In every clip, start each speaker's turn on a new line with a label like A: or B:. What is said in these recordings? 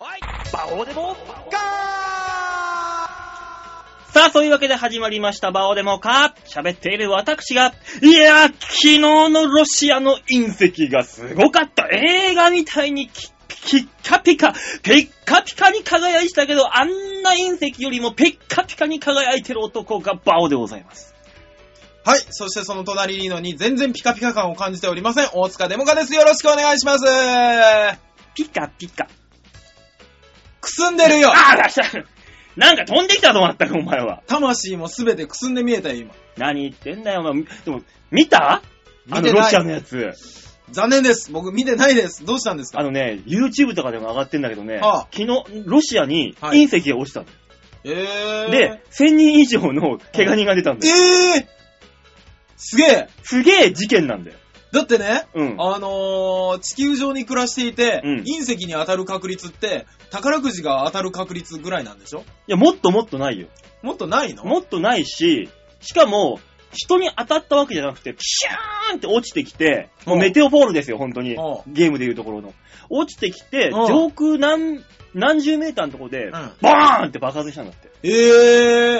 A: バオデモカ
B: さあ、そういうわけで始まりました、バオデモか喋っている私が、いやー、昨日のロシアの隕石がすごかった。映画みたいにきピッカピカ、ピッカピカに輝いてたけど、あんな隕石よりもピッカピカに輝いてる男がバオでございます。
C: はい。そしてその隣にいるのに全然ピカピカ感を感じておりません。大塚デモカです。よろしくお願いします。
B: ピカピカ。
C: くすんでるよ
B: あー、出したなんか飛んできたと思ったか、お前は。
C: 魂もすべてくすんで見えたよ、今。
B: 何言ってんだよ、お前。でも、見たあのロシアのやつ。
C: 残念です。僕見てないです。どうしたんです
B: あ
C: か
B: のね、YouTube とかでも上がってんだけどね、
C: ああ
B: 昨日、ロシアに
C: はい
B: 隕石が落ちたの、
C: えー。
B: で、1000人以上の怪我人が出たんだよ。
C: えー、すげえ
B: すげえ事件なんだよ。
C: だってね、
B: うん。
C: あのー、地球上に暮らしていて、
B: うん
C: 隕石に当たる確率って、宝くじが当たる確率ぐらいなんでしょ
B: いや、もっともっとないよ。
C: もっとないの
B: もっとないし、しかも、人に当たったわけじゃなくて、ピシャーンって落ちてきて、もうメテオフォールですよ、本当に
C: う。
B: ゲームでいうところの。落ちてきて、
C: うん
B: 上空何、何十メーターのとこで、
C: うん
B: バーンって爆発したんだって。
C: え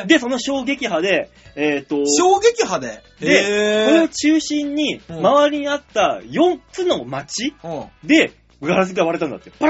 C: ー、
B: で、その衝撃波で、えっ、と、
C: 衝撃波で
B: で、これ
C: え
B: を中心に、
C: うん
B: 周りにあった4つの町
C: ー、うん。
B: で、ガラスが割れたんだって。バ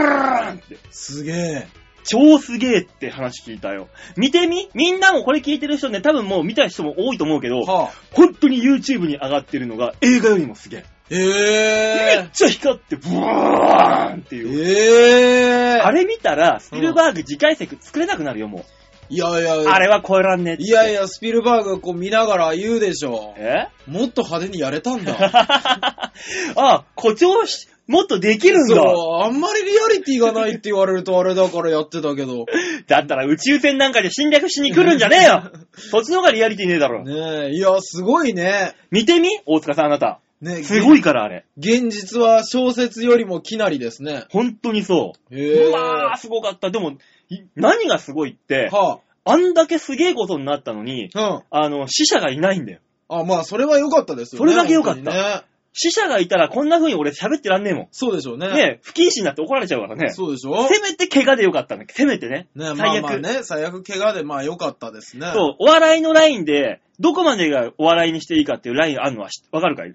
B: ーンって。
C: すげえ。
B: 超すげえって話聞いたよ。見てみみんなもこれ聞いてる人ね、多分もう見た人も多いと思うけど、
C: はあ、
B: 本当に YouTube に上がってるのが映画よりもすげえ。め
C: え
B: っちゃ光って、ブワーンって
C: ー、
B: いう。
C: えー、
B: あれ見たら、スピルバーグ次回作作れなくなるよ、も。
C: いやいやいうや
B: あれは超えらんねえって。
C: いやいや、スピルバーグこう見ながら言うでしょ。
B: え
C: もっと派手にやれた んだ。
B: あ、誇張し、もっとできるんだ。
C: そう、あんまりリアリティがないって言われるとあれだからやってた けど。
B: だったら宇宙船なんかで侵略しに来るんじゃねえ よそっちの方がリアリティねえだろ。
C: ねえ、いや、すごいね。
B: 見てみ大塚さんあなた。
C: ねえ
B: すごいからあれ。
C: 現実は小説よりもきなりですね。
B: 本当にそう。
C: へえ。
B: うわー、すごかった。でも、い何がすごいって、
C: は
B: あんだけすげえことになったのに、
C: あ、うん。
B: あの、死者がいないんだよ。
C: あ、まあ、それは良かったですよね。
B: それだけ良かった
C: 本当にね。
B: 死者がいたらこんな風に俺喋ってらんねえも。
C: そうでしょうんね。
B: ねえ、不謹慎になって怒られちゃうからね。
C: そうでしょ
B: せめて怪我でよかったんだけど、せめてね。
C: ねえ、ま
B: 最悪、
C: あまあね、最悪怪我でまあ良かったですね。
B: そう、お笑いのラインで、どこまでがお笑いにしていいかっていうラインあるのは知わかるかい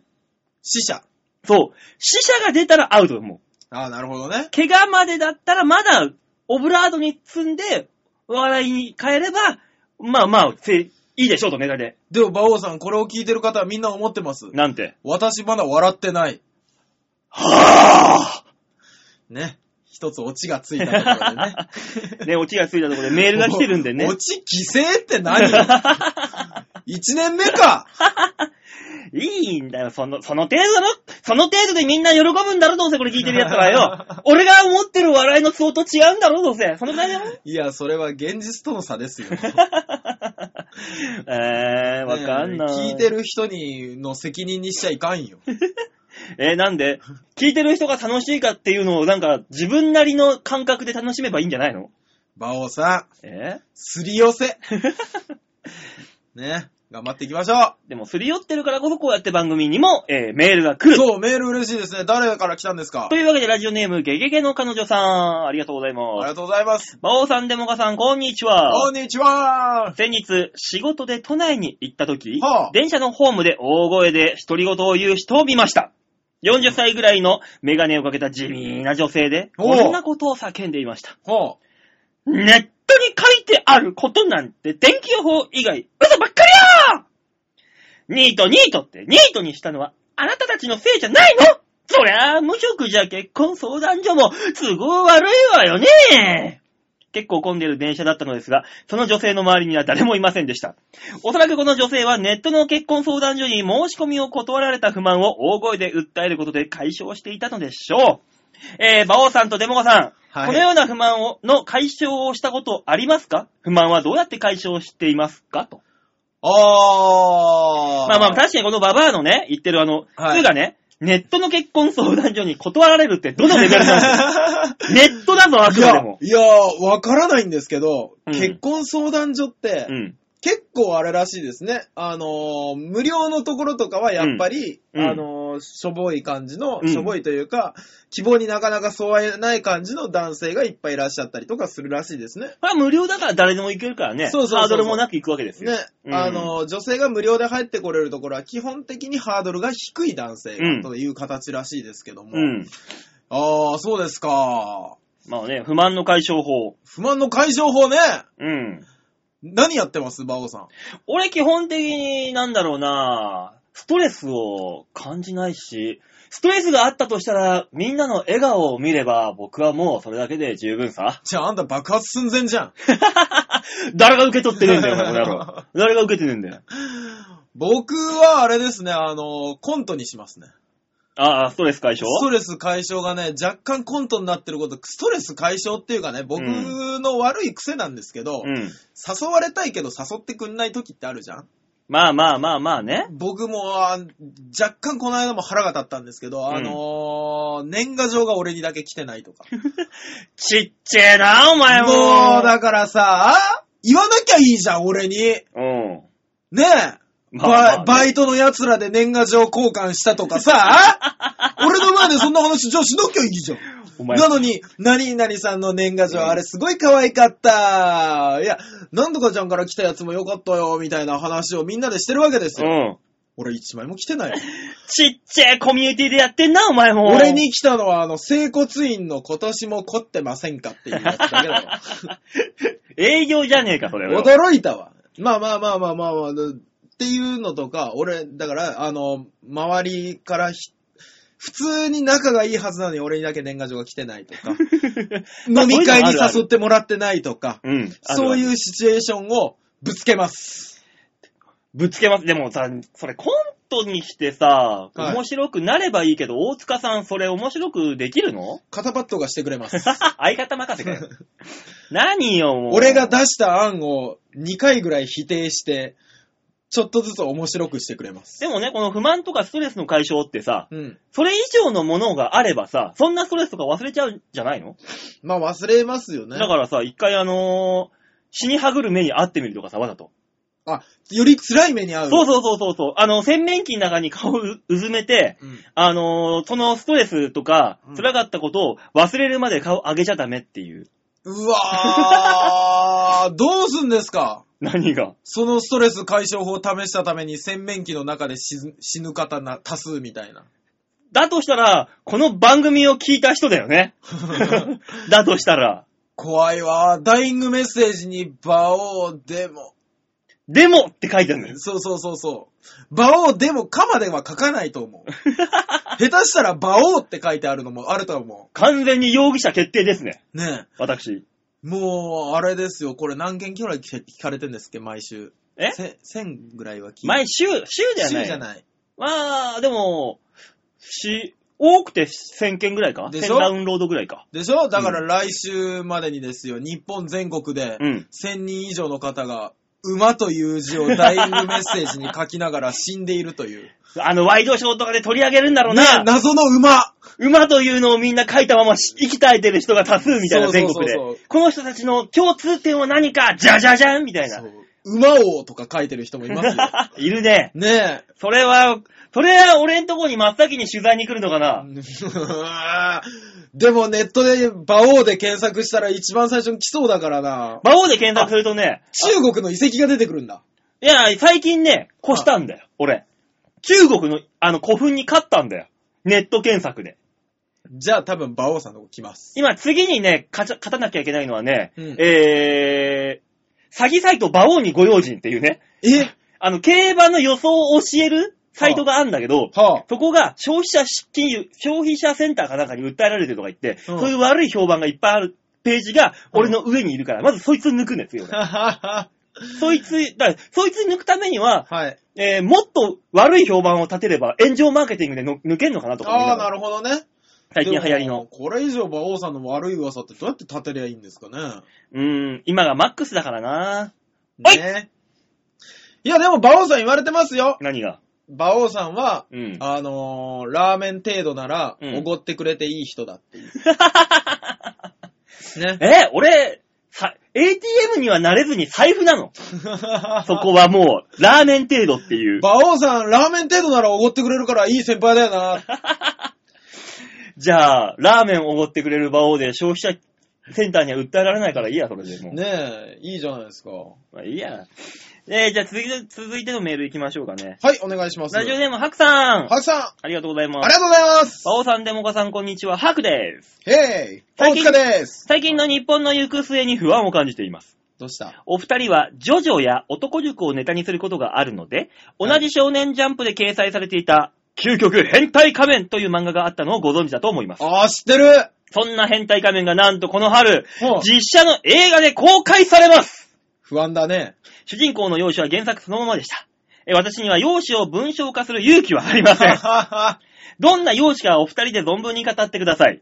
C: 死者。
B: そう。死者が出たらアウトだもう。
C: ああ、なるほどね。
B: 怪我までだったらまだオブラートに積んで、笑いに変えれば、まあまあ、せいいでしょうとネタで。
C: でも、馬王さん、これを聞いてる方はみんな思ってます。
B: なんて。
C: 私まだ笑ってない。
B: は
C: ね。一つオチがついたところ でね。
B: ぁね、オチがついたところでメールが来てるんでね
C: オ。チ犠牲って 何よ一年目か
B: いいんだよ、その、その程度だろその程度でみんな喜ぶんだろどうせこれ聞いてる奴らよ。俺が思ってる笑いの相当違うんだろどうせ。そのぐらいだろ
C: いや、それは現実との差で すよ。
B: えー、わかんない。
C: 聞いてる人にの責任にしちゃいかんよ。
B: えーなんで聞いてる人が楽しいかっていうのをなんか自分なりの感覚で楽しめばいいんじゃないの
C: 馬王さん、
B: えー
C: すり寄 せ。ね。頑張っていきましょ
B: でも、すり寄ってるからこそ、こうやって番組にも、えーメールが来
C: う。
B: る。
C: そう、メール嬉しいですね。誰から来たんですか
B: というわけで、ラジオネーム、ゲゲゲの彼女さん、ありがとうござい
C: あり
B: ます。
C: がとうございます。
B: 馬王さん、デモカさん、こんにち
C: こ
B: は。
C: んにちは
B: 先日、仕事で都内に行った時、
C: はあ
B: 電車のホームで大声で独り言を言う人を見ました。40歳ぐらいのメガネをかけた地味な女性で、
C: おう
B: こんなことを叫んでいました。
C: ほ
B: ネットに書いてあることなんて天気予報以外嘘ばっかりやニートニートってニートにしたのはあなたたちのせいじゃないのそりゃあ無職じゃ結婚相談所も都合悪いわよね結構混んでる電車だったのですが、その女性の周りには誰もいませんでした。おそらくこの女性はネットの結婚相談所に申し込みを断られた不満を大声で訴えることで解消していたのでしょう。えー、馬王さんとデモカさん、
C: はい
B: このような不満をの解消をしたことありますか不満はどうやって解消していますかと。
C: う。あー。
B: まあまあ、確かにこのババアのね、言ってるあの、
C: はい
B: 普通がね、ネットの結婚相談所に断られるってどのレベルなん ですかネットだぞ、あく
C: い
B: ま
C: や
B: でも、。
C: いや、わからないんですけど、
B: うん
C: 結婚相談所って、
B: うん。
C: 結構あれらしいですね。あのー無料のところとかはやっぱり、
B: うんうん
C: あのーしょぼい感じの、
B: うん
C: しょぼいというか、希望になかなか沿えない感じの男性がいっぱいいらっしゃったりとかするらしいですね。
B: まあ無料だから誰でも行けるからね。
C: そうそうそうそう
B: ハードルもなく行くわけですよ。
C: ね、
B: うん
C: あのー女性が無料で入ってこれるところは基本的にハードルが低い男性
B: うん
C: という形らしいですけども。
B: うん。
C: ああ、そうですか。
B: まあね、不満の解消法。
C: 不満の解消法ね。
B: うん。
C: 何やってます馬王さん。
B: 俺基本的になんだろうなストレスを感じないし、ストレスがあったとしたら、みんなの笑顔を見れば、僕はもうそれだけで十分さ。
C: じゃああんた爆発寸前じゃん。
B: 誰が受け取ってねえんだよ、お前この野郎。 誰が受けてねえんだよ。
C: 僕はあれですね、あのーコントにしますね。
B: ああ、ストレス解消
C: ストレス解消がね、若干コントになってること、ストレス解消っていうかね、僕の悪い癖なんですけど、
B: うん。
C: 誘われたいけど誘ってくんない時ってあるじゃん
B: まあまあまあまあね。
C: 僕も、あー若干この間も腹が立ったんですけど、あのー年賀状が俺にだけ来てないとか。
B: ちっちゃえな、お前も。
C: もう、だからさ、言わなきゃいいじゃん、俺に。ね
B: うん。
C: え。
B: まあまあね
C: ババイトの奴らで年賀状交換したと かさ、俺の前でそんな話、じゃあしなきゃいいじゃん。
B: お前、
C: なのに、何々さんの年賀状、あれすごい可愛かった。いや、なんとかちゃんから来たやつもよかったよ、みたいな話をみんなでしてるわけです
B: う
C: よ。
B: ん。
C: 俺一枚も来てないよ。
B: ちっちゃいコミュニティでやってんな、お前も。
C: 俺。に来たのは、あの、整骨院の今年も凝ってませんかっていうやつだけだよ。
B: 営業じゃねえか、それは。
C: 驚いたわ。まあまあまあまあまあまあ、っていうのとか、俺、だから、あの、周りからひ、普通に仲がいいはずなのに俺にだけ年賀状が来てないとか、
B: まあ
C: 飲み会に
B: そういうのあるある
C: 誘ってもらってないとか、
B: うん。。
C: そういううシチュエーションをぶつけます。
B: ぶつけます。でもさ、それコントにしてさ、
C: はい
B: 面白くなればいいけど、大塚さん、それ面白くできるの
C: 肩パッドがしてくれます。
B: 相方任せか よ。何よ、もう。
C: 俺が出した案を2回ぐらい否定して、ちょっとずつ面白くしてくれます。
B: でもね、この不満とかストレスの解消ってさ、
C: うん。
B: それ以上のものがあればさ、そんなストレスとか忘れちゃうんじゃないの、
C: まあ忘れますよね。
B: だからさ、一回あのー死にはぐる目に会ってみるとかさ、わざと。
C: あ、より辛い目に遭う。
B: そうそうそうそうそう。あの、洗面器の中に顔をうずめて、
C: うん。
B: あのーそのストレスとか
C: うん、
B: 辛かったことを忘れるまで顔上げちゃダメっていう。
C: うわー、どうすんですか
B: 何が。
C: そのストレス解消法を試したために洗面器の中で死ぬ死ぬ方な多数みたいな。
B: だとしたら、この番組を聞いた人だよ ね。だとしたら。
C: 怖いわー。ダイイングメッセージに、馬王でも。
B: でもって書いてあるんです。
C: そうそうそうそう。馬王でもかまでは書かないと 思う。下手したら馬王って書いてあるのもあると思
B: 完全に容疑者決定ですね。
C: う。ねえ。
B: 私。
C: もう、あれですよ。これ何件ぐらい聞かれてんですっけ毎週。
B: え
C: せ ?1000 ぐらいは聞い
B: 毎週、週ではない。
C: 週じゃない。
B: まあ、でも、し、多くて1000件ぐらいか
C: でしょ
B: ?1000 ダウンロードぐらいか。
C: でしょだから来週までにですよ。日本全国で
B: うん。
C: 1000人以上の方が、馬という字をダイイングメッセージに書きながら死んでいるという。
B: あの、ワイドショーとかで取り上げるんだろう
C: ね
B: な。
C: 謎の馬
B: 馬というのをみんな書いたままし生き絶えてる人が多数みたいな
C: そうそう
B: 全
C: そうそう
B: 国で。この人たちの共通点は何か、じゃじゃじゃんみたいな
C: そ。う馬王とか書いてる人もいま すよ。
B: いるね。
C: ねえ。
B: それは、それは俺んとこに真っ先に取材に来るのかな。
C: でもネットで馬王で検索したら一番最初に来そうだからな。
B: 魔王で検索するとね、
C: 中国の遺跡が出てくるんだ。
B: いや、最近ね、越したんだよ、俺。中国の、あの、古墳に勝ったんだよ。ネット検索で。
C: じゃあ多分馬王さんの方来ます。
B: 今、次にね、勝ち勝たなきゃいけないのはね、
C: うん
B: えー、詐欺サイト馬王にご用心っていうね、
C: え
B: あの、競馬の予想を教えるサイトがあるんだけど、
C: はあ。
B: そこが消費者金融、消費者センターかなんかに訴えられてるとか言って、
C: うん
B: そういう悪い評判がいっぱいあるページが俺の上にいるから、まずそいつ抜くんですよ。俺そいつ、だからそいつ抜くためには、
C: はい。
B: えーもっと悪い評判を立てれば炎上マーケティングでの抜けんの かなとか思い
C: あ
B: な
C: あ、
B: が
C: な
B: ら
C: るほどね。
B: 最近流行り
C: で
B: の
C: も。これ以上馬王さんの悪い噂ってどうやって立てりゃいいんですかね。
B: うーん、今がマックスだからなはい
C: ね。いや、でも馬王さん言われてますよ。
B: 何が。
C: 馬王さんは、
B: うん。
C: あのーラーメン程度なら、
B: うん
C: おごってくれていい人だっていう。ね。
B: え、俺、さ、ATM にはなれずに財布なの。 そこはもう、ラーメン程度っていう。
C: 馬王さん、ラーメン程度ならおごってくれるからいい先輩だよな。
B: じゃあ、ラーメンおごってくれる場をで消費者センターには訴えられないからいいや、それでもう。
C: ねえ、いいじゃないですか。は
B: まあいいや。えー、じゃあ続いて、続いてのメール行きましょうかね。
C: い、お願いします。
B: ラジオネーム、ハクさん。
C: ハクさん、あ
B: ありがとうございま
C: り
B: す。
C: がとうございます。
B: バオさん、デモカさん、こんにちは。ハクです。
C: へい、大
B: 最近
C: 塚です。
B: 最近の日本の行く末に不安を感じています。
C: どうした
B: お二人は、ジョジョや男塾をネタにすることがあるので、同じ少年ジャンプで掲載されていた、究極変態仮面という漫画があったのをご存知だと思います。
C: あー、知ってる
B: そんな変態仮面がなんとこの春、
C: ほう
B: 実写の映画で公開されます
C: 不安だね。
B: 主人公の容姿は原作そのままでした。え私には容姿を文章化する勇気はありませ ん。
C: は
B: どんな容姿かお二人で存分に語ってください。
C: い。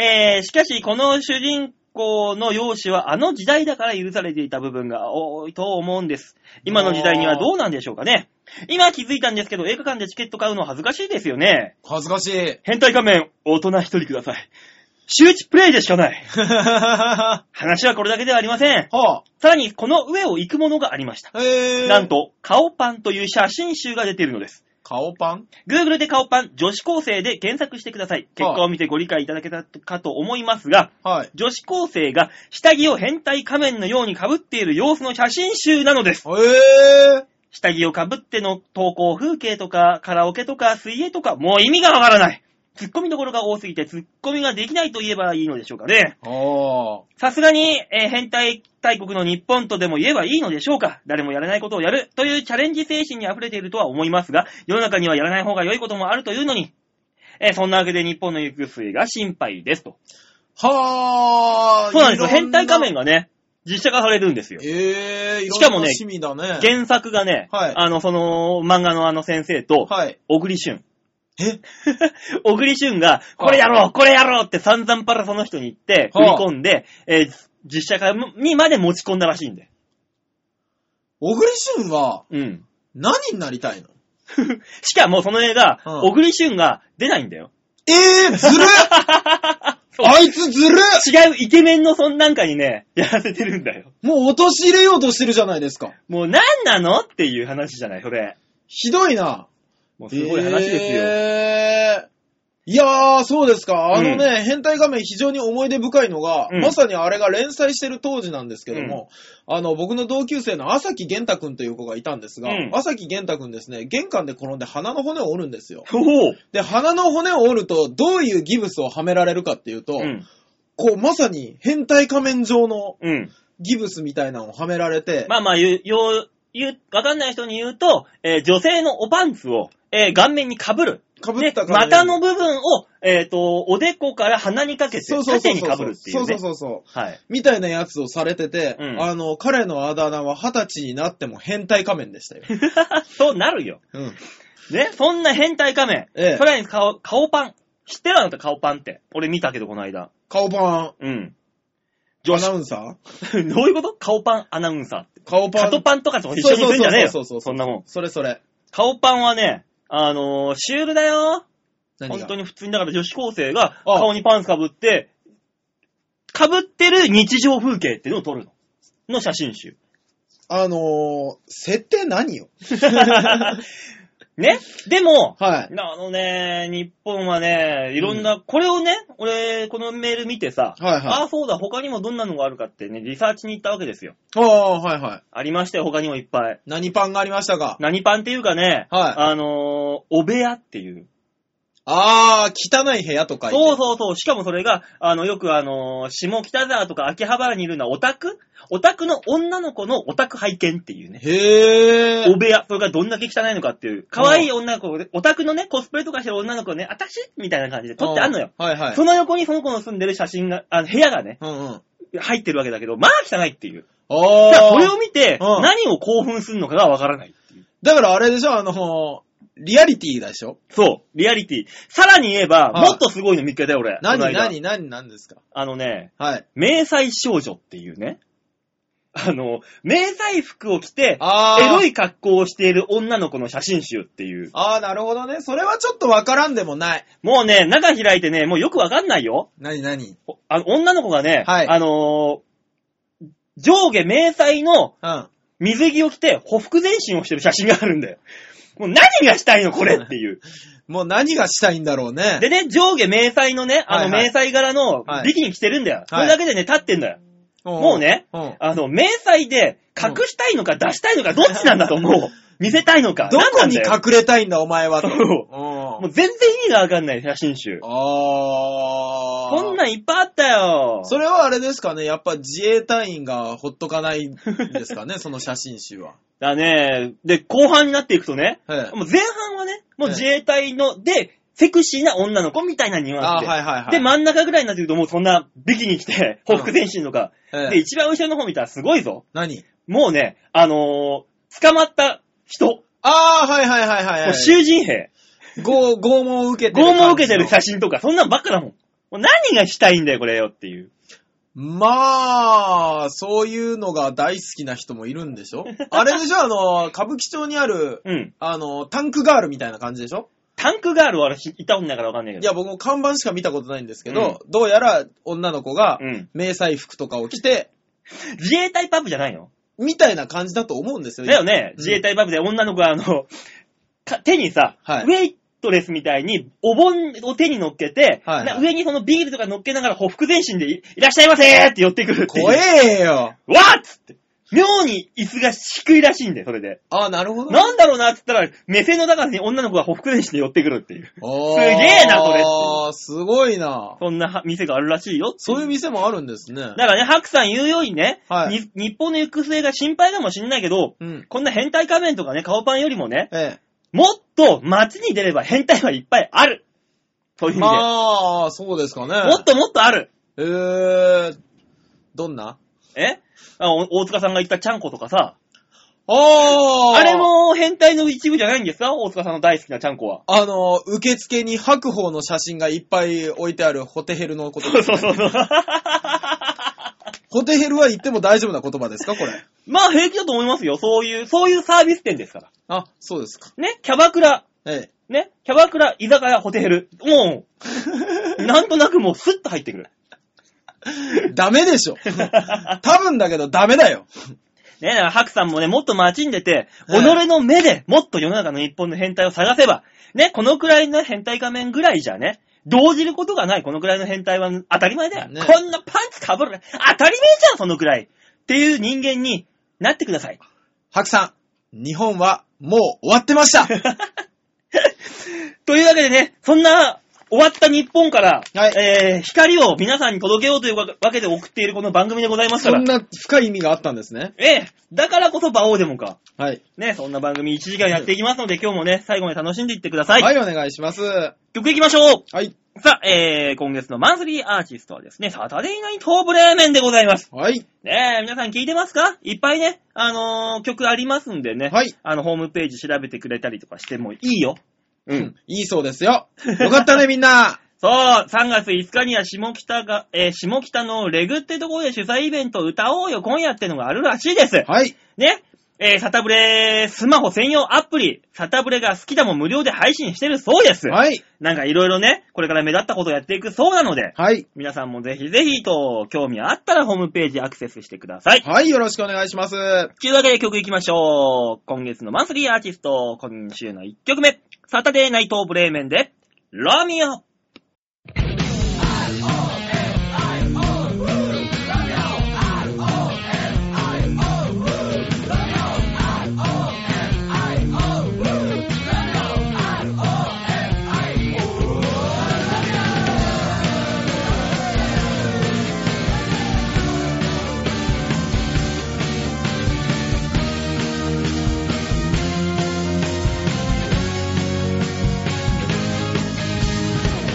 B: えー、しかしこの主人公の容姿はあの時代だから許されていた部分が多いと思うんです。今の時代にはどうなんでしょうかね。今気づいたんですけど映画館でチケット買うの恥ずかしいですよね。
C: 恥ずかしい。
B: 変態仮面、大人一人ください。周知プレイでしかない。
C: は
B: 話はこれだけではありません。
C: あ。
B: さらにこの上を行くものがありました。
C: へえ。
B: なん。と、顔パンという写真集が出ているのです。
C: 顔パン
B: Google で顔パン、女子高生で検索してください。結果を見てご理解いただけたかと思いますが、
C: はい。
B: 女子高生が下着を変態仮面のように被っている様子の写真集なのです。
C: へえ。
B: 下着を被っての投稿風景とか、カラオケとか、水泳とか、もう意味がわからない。ツッコミどころが多すぎて、ツッコミができないと言えばいいのでしょうかね。
C: ああ。
B: さすがに、えー変態大国の日本とでも言えばいいのでしょうか誰もやらないことをやるというチャレンジ精神に溢れているとは思いますが、世の中にはやらない方が良いこともあるというのに、えーそんなわけで日本の行く末が心配ですと。
C: はあ。
B: そうなんですよ。
C: いろ
B: 変態仮面がね、実写化されるんですよ。
C: ええ、いろんな
B: しかもね
C: 趣味だね。
B: 原作がね、
C: はい
B: あの、その、漫画のあの先生と、
C: はい。
B: 小栗旬。
C: え
B: 小栗旬が、これやろうこれやろうって散々パラその人に言って、振り
C: はあ
B: 込んで、えー実写化にまで持ち込んだらしいんで。
C: 小栗旬は
B: うん。
C: 何になりたいの
B: しかもその映画、
C: うん
B: 小栗旬が出ないんだよ。
C: ええずる あいつずる
B: 違うイケメンのそんなんかにね、 やらせてるんだよ。
C: もう落とし入れようとしてるじゃないですか。
B: もうなんなのっていう話じゃない、それ。
C: ひどいな。
B: もうすごい話ですよ。
C: えーいやー、そうですか。あのね、変態画面非常に思い出深いのが、
B: うん
C: まさにあれが連載してる当時なんですけども、あの、僕の同級生の朝木玄太くんという子がいたんですが、
B: うん
C: 朝木玄太くんですね、玄関で転んで鼻の骨を折るんですよ。
B: おお、
C: で、鼻の骨を折ると、どういうギブスをはめられるかっていうと、
B: うん、
C: こう、まさに変態仮面上の
B: うん。
C: ギブスみたいなのをはめられて、
B: まあまあ、言う、よう、言う、わかんない人に言うと、えー女性のおパンツを、えー顔面に被る。
C: かぶっ
B: で、
C: たから、
B: 股の部分を、えっ、と、おでこから鼻にかけて、
C: そうそう
B: 縦
C: そう
B: に
C: そう
B: 被るっていう
C: そ
B: ね。
C: うそうそうそう。
B: はい。
C: みたいなやつをされてて、
B: うん
C: あの、彼のあだ名は二十歳になっても変態仮面で したよ。
B: そうなるよ。
C: うん。
B: ね、そんな変態仮面。
C: ええ
B: さらに顔、顔パン。知ってるあなた顔パンって。俺見たけど、この間。
C: 顔パ
B: うん。
C: ン、アナウンサ
B: どういうこと顔パンアナウンサー。
C: ー顔パ
B: カ
C: ン。
B: トパンとかと一緒にするんじゃねえよ。
C: そうそうそうそうう
B: そんなもん。
C: それそれ。
B: 顔パンはね、あのーシュールだよ。
C: 何
B: 本
C: が
B: 当に普通に、だから女子高生が
C: ああ
B: 顔にパンツ被って、被ってる日常風景っていうのを撮るの。の写真 集。
C: あのー、設定何よ
B: ねでも、
C: はい。
B: あのね、日本はね、いろんな、これをね、俺、このメール見てさ、
C: は
B: あ
C: いはい。
B: あ、そうだ、他にもどんなのがあるかってね、リサーチに行ったわけですよ。
C: ああー、はいはい。
B: ありましたよ、他にもいっぱい。
C: 何パンがありましたか
B: 何パンっていうかね、
C: はい
B: あのー、お部屋っていう。
C: ああ、汚い部屋とか
B: そう
C: う。
B: そうそう。しかもそれが、あの、よくあのー、下北沢とか秋葉原にいるのはオタクオタクの女の子のオタク拝見っていうね。
C: へえ。
B: お部屋、それがどんだけ汚いのかっていう。可愛い女の子で、オタクのね、コスプレとかしてる女の子をね、あたしみたいな感じで撮ってあんのよ。
C: あー。はいはい。
B: その横にその子の住んでる写真が、あの、部屋がね、
C: うんうん。
B: 入ってるわけだけど、まあ汚いっていう。だから
C: あ
B: これ
C: あ。
B: を見て、
C: うん
B: 何を興奮するのかがわからない。
C: だからあれでしょあのー、リアリティでしょ
B: そう、リアリティ。さらに言えば、
C: はい
B: もっとすごいの見つけたよ、俺。
C: 何
B: この間
C: 何何何ですか
B: あのね、
C: はい。
B: 迷彩少女っていうね、あの、迷彩服を着て、
C: ああ。
B: エロい格好をしている女の子の写真集っていう。
C: ああ、なるほどね。それはちょっとわからんでもない。
B: もうね、中開いてね、もうよくわかんないよ。
C: なになに
B: おあの女の子がね、
C: はい
B: あのー上下迷彩の
C: うん。
B: 水着を着て、ほふ前進をしてる写真があるんだよ。もう何がしたいのこれっていう。
C: もう何がしたいんだろうね。
B: でね、上下迷彩のね、あの
C: はいはい
B: 迷彩柄の
C: はい
B: ビキニ着てるんだよ。そ
C: はい
B: れだけでね、立ってんだよ。もうね
C: うん。
B: あの、迷彩で隠したいのか出したいのかどっちなんだと思う。見せたいのか。
C: どこ
B: 何
C: に
B: なんだよ
C: 隠れたいんだ、お前はと。
B: そうも
C: ん
B: う全然意味がわかんない写真集。
C: あー。
B: こんなんいっぱいあったよ。
C: それはあれですかね、やっぱ自衛隊員がほっとかないんですか ね、その写真集は。
B: だね。で、後半になっていくとね、
C: はい
B: もう前半はね、もう自衛隊の、で、セクシーな女の子みたいなニュアン
C: あー
B: スで。
C: はいはいはい。
B: で、真ん中ぐらいになってくるともうそんなビキニ着て、
C: うん
B: 報復前進とか。
C: ええ
B: で、一番後ろの方見たらすごいぞ。
C: 何
B: もうね、あのー捕まった人、
C: あー、はいはいはいはいは
B: もう
C: い。
B: 囚人兵、
C: ご拷問を受けてる
B: 拷
C: 感じの。
B: 問を受けてる写真とか、そんなんばっかだもん。もう何がしたいんだよ、これよっていう。
C: まあ、そういうのが大好きな人もいるん でしょあれでしょあの、歌舞伎町にある、
B: うん。
C: あの、タンクガールみたいな感じでしょ
B: タンクガールは私行ったことないからわかんないけ
C: い
B: ど。
C: や、僕も看板しか見たことないんですけど、どうやら女の子が
B: う、ん。
C: 迷彩服とかを着て、
B: 自衛隊パブじゃないの
C: みたいな感じだと思うんですよ。
B: だよね。
C: うん
B: 自衛隊パブで女の子があの、か手にさ、
C: はい
B: ウェイトレスみたいにお盆を手に乗っけて、
C: はい
B: な上にそのビールとか乗っけながら、ほふ前進でいいらっしゃいませーって寄ってくるっていう。
C: 怖えよ
B: わーっつって。妙に椅子が低いらしいんで、それで。
C: ああ、なるほどね。
B: なんだろうなっつったら、目線の高さに女の子がほふ前進で寄ってくるっていう。
C: おー
B: すげえなこれ
C: あーすごいな。
B: そんなは店があるらしいよって
C: そういう店もあるんですね
B: だ。からね、ハクさん言うようにね、
C: はい
B: に日本の行く末が心配かもしんないけど、
C: うん。
B: こんな変態仮面とかね、顔パンよりもね、
C: え
B: もっと街に出れば変態はいっぱいある。そういう
C: え。
B: 意味で。
C: まあ、そうですかね。
B: もっともっとある。
C: えー、どんな
B: えあお大塚さんが言ったちゃんことかさ、
C: あ
B: あ
C: あ
B: れも変態の一部じゃないんですか大塚さんの大好きなちゃんこは。
C: あの、受付に白鵬の写真がいっぱい置いてあるホテヘルのこと
B: そう
C: です
B: そうそうそう。
C: ホテヘルは言っても大丈夫な言葉ですかこれ。
B: まあ平気だと思いますよ。そういう、そういうサービス店ですから。
C: あ、そうですか。
B: ね、キャバクラ、
C: ええ。
B: ね、キャバクラ、居酒屋、ホテヘル。も う、なんとなくもうスッと入ってくる。
C: ダメ でしょ。多分だけどダメだよ。
B: ね、だからハクさんもね、もっと街に出て、
C: ええ
B: 己の目でもっと世の中の日本の変態を探せば、ね、このくらいの変態仮面ぐらいじゃね、動じることがない、このくらいの変態は当たり前だよ。
C: ね
B: こんなパンツかぶる、当たり前じゃん、そのくらい。っていう人間になってください。
C: 白さん、日本はもう終わってました。
B: というわけでね、そんな終わった日本から、
C: はい
B: えー、光を皆さんに届けようというわけで送っているこの番組でございますか
C: そ
B: ら
C: ん。な深い意味があったんですね。
B: ええ、だからこそ馬王でもか。
C: はい。
B: ね、そんな番組1時間やっていきますので、今日もね、最後まで楽しんでいってくださ。
C: はいい、お願いします。は
B: 曲いきましょ
C: い。
B: うさあ、えー、今月のマンスリーアーティストはですね、サタデーナイトブレーメンでございます。
C: はい。
B: ねえ、皆さん聞いてますかいっぱいね、あのー曲ありますんでね。
C: はい。
B: あの、ホームページ調べてくれたりとかしてもいいよ。う
C: うん。。いいそうです よ。よかったね、みんな。
B: そう、3月5日には下北が、えー下北のレグってところで主催イベント歌おうよ今夜ってのがあるらしいです。
C: はい。
B: ね。えーサタブレスマホ専用アプリ、サタブレが好きだも無料で配信してるそうです。
C: はい。
B: なんかいろいろね、これから目立ったことをやっていくそうなので、
C: はい。
B: 皆さんもぜひぜひと、興味あったらホームページアクセスしてください。
C: はい、よろしくお願いします。
B: というわけで曲いきましょう。今月のマンスリーアーティスト、今週の1曲目、サタデーナイトブレーメンで、ロミオ
A: 「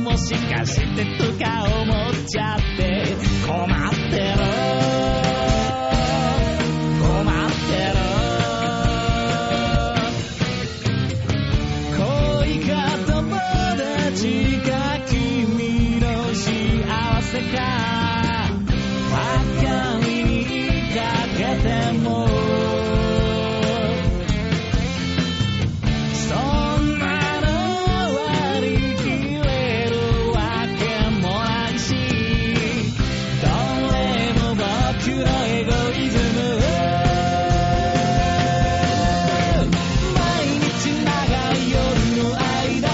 A: とか思っちゃって困ってる困ってる恋か友達か君の幸せかばかりにかけてもそんなの割り切れるわけもないしどれも僕のエゴイズム毎日長い夜の間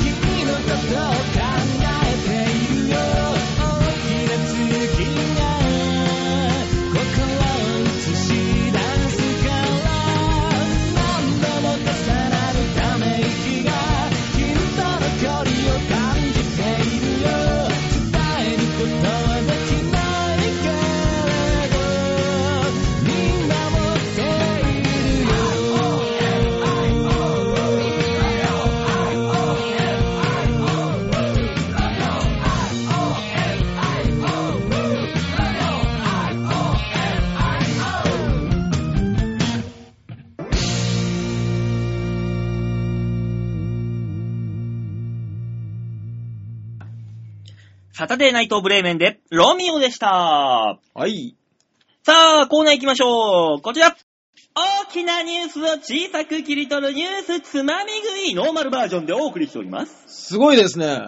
A: 君のことを考えているよ大きな月が心を映し出すから何度も重ねてため息がきっと残りを感じているよ伝えることはできないけれどみんな持っているよ
B: サタデーナイトブレーメンで、ロミオでした。
C: はい。
B: さあ、コーナー行きましょう。こちら。大きなニュースを小さく切り取るニュースつまみ食いノーマルバージョンでお送りしております。
C: すごいですね。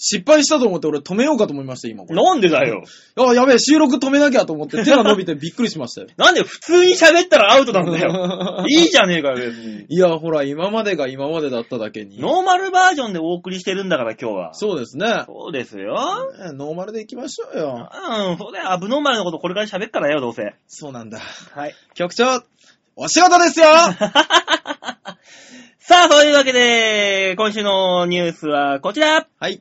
C: 失敗したと思って俺止めようかと思いました、今これ。
B: なんでだよ。。
C: あ、やべえ、収録止めなきゃと思って手が伸びてびっくりしましたよ
B: なんで普通に喋ったらアウトなんだよ。 いいじゃねえかよ、別に。
C: いや、ほら、今までが今までだっただけに。
B: ノーマルバージョンでお送りしてるんだから、今日は。
C: そうですね。
B: そうですよ。
C: ねノーマルで行きましょうよ。
B: うん、そうだよ。アブノーマルのことこれから喋っからよ、どうせ。
C: そうなんだ。
B: はい。
C: 局長、お仕事 ですよ
B: さあ、そういうわけで、今週のニュースはこちら。
C: はい。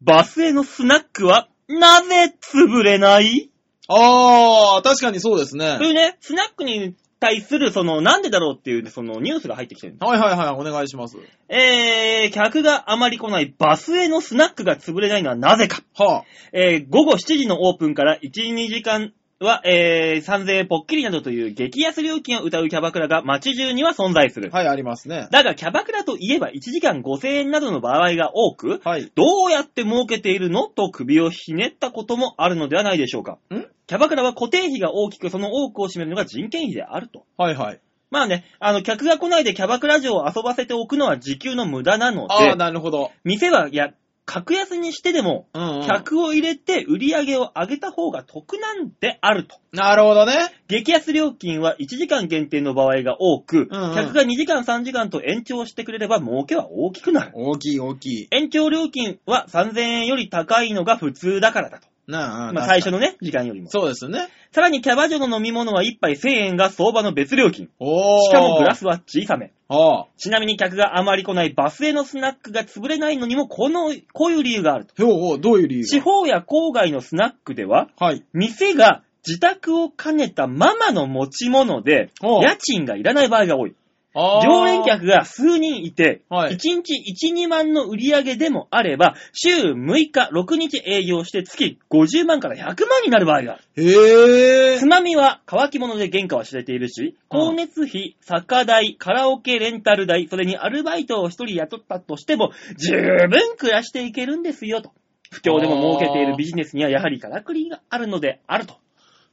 B: バスへのスナックはなぜ潰れない
C: あー、確かにそうですね。
B: というね、スナックに対する、その、なんでだろうっていう、その、ニュースが入ってきてるんで
C: はいはいはい、お願いします。
B: す。えー、客があまり来ないバスへのスナックが潰れないのはなぜか。
C: は
B: えー午後7時のオープンから1、2時間は、えー、3000円ぽっきりなどという激安料金を謳うキャバクラが街中には存在する。
C: あ、はい、ありますね。
B: だが、キャバクラといえば1時間5000円などの場合が多く、
C: はい。
B: どうやって儲けているのと首をひねったこともあるのではないでしょうか。
C: ん
B: キャバクラは固定費が大きく、その多くを占めるのが人件費であると。
C: はいはい。
B: まあね、あの、客が来ないでキャバクラ嬢を遊ばせておくのは時給の無駄なの
C: あー、
B: で、
C: なるほど。
B: 店は、いや、格安にしてでも、
C: うん、うん。
B: 客を入れて売り上げを上げた方が得なんであると。
C: なるほどね。
B: 激安料金は1時間限定の場合が多く、
C: うんうん
B: 客が2時間3時間と延長してくれれば儲けは大きくなる。
C: 大きい大きい。
B: 延長料金は3000円より高いのが普通だからだと。
C: なあ、
B: まあ最初
C: の。
B: のね、時間よりも。
C: そうですよね。
B: さらにキャバ嬢の飲み物は1杯1000円が相場の別料金。
C: おー。
B: しかもグラスは小さめ。
C: ああ。
B: ちなみに客があまり来ないバスへのスナックが潰れないのにもこの、こういう理由があると。
C: ほうほう、どういう理由
B: 地方や郊外のスナックでは、
C: はい。
B: 店が自宅を兼ねたママの持ち物で、
C: おう
B: 家賃がいらない場合が多い。
C: あー
B: 常連。客が数人いて、
C: はい
B: 1日1、2万の売り上げでもあれば、週6日、6日営業して月50万から100万になる場合がある。
C: へえ
B: つ。まみは乾き物で原価は知れているし、
C: う
B: 光
C: ん
B: 熱費、酒代、カラオケレンタル代、それにアルバイトを一人雇ったとしても、十分暮らしていけるんですよと。不況でも儲けているビジネスにはやはりからくりがあるのであると。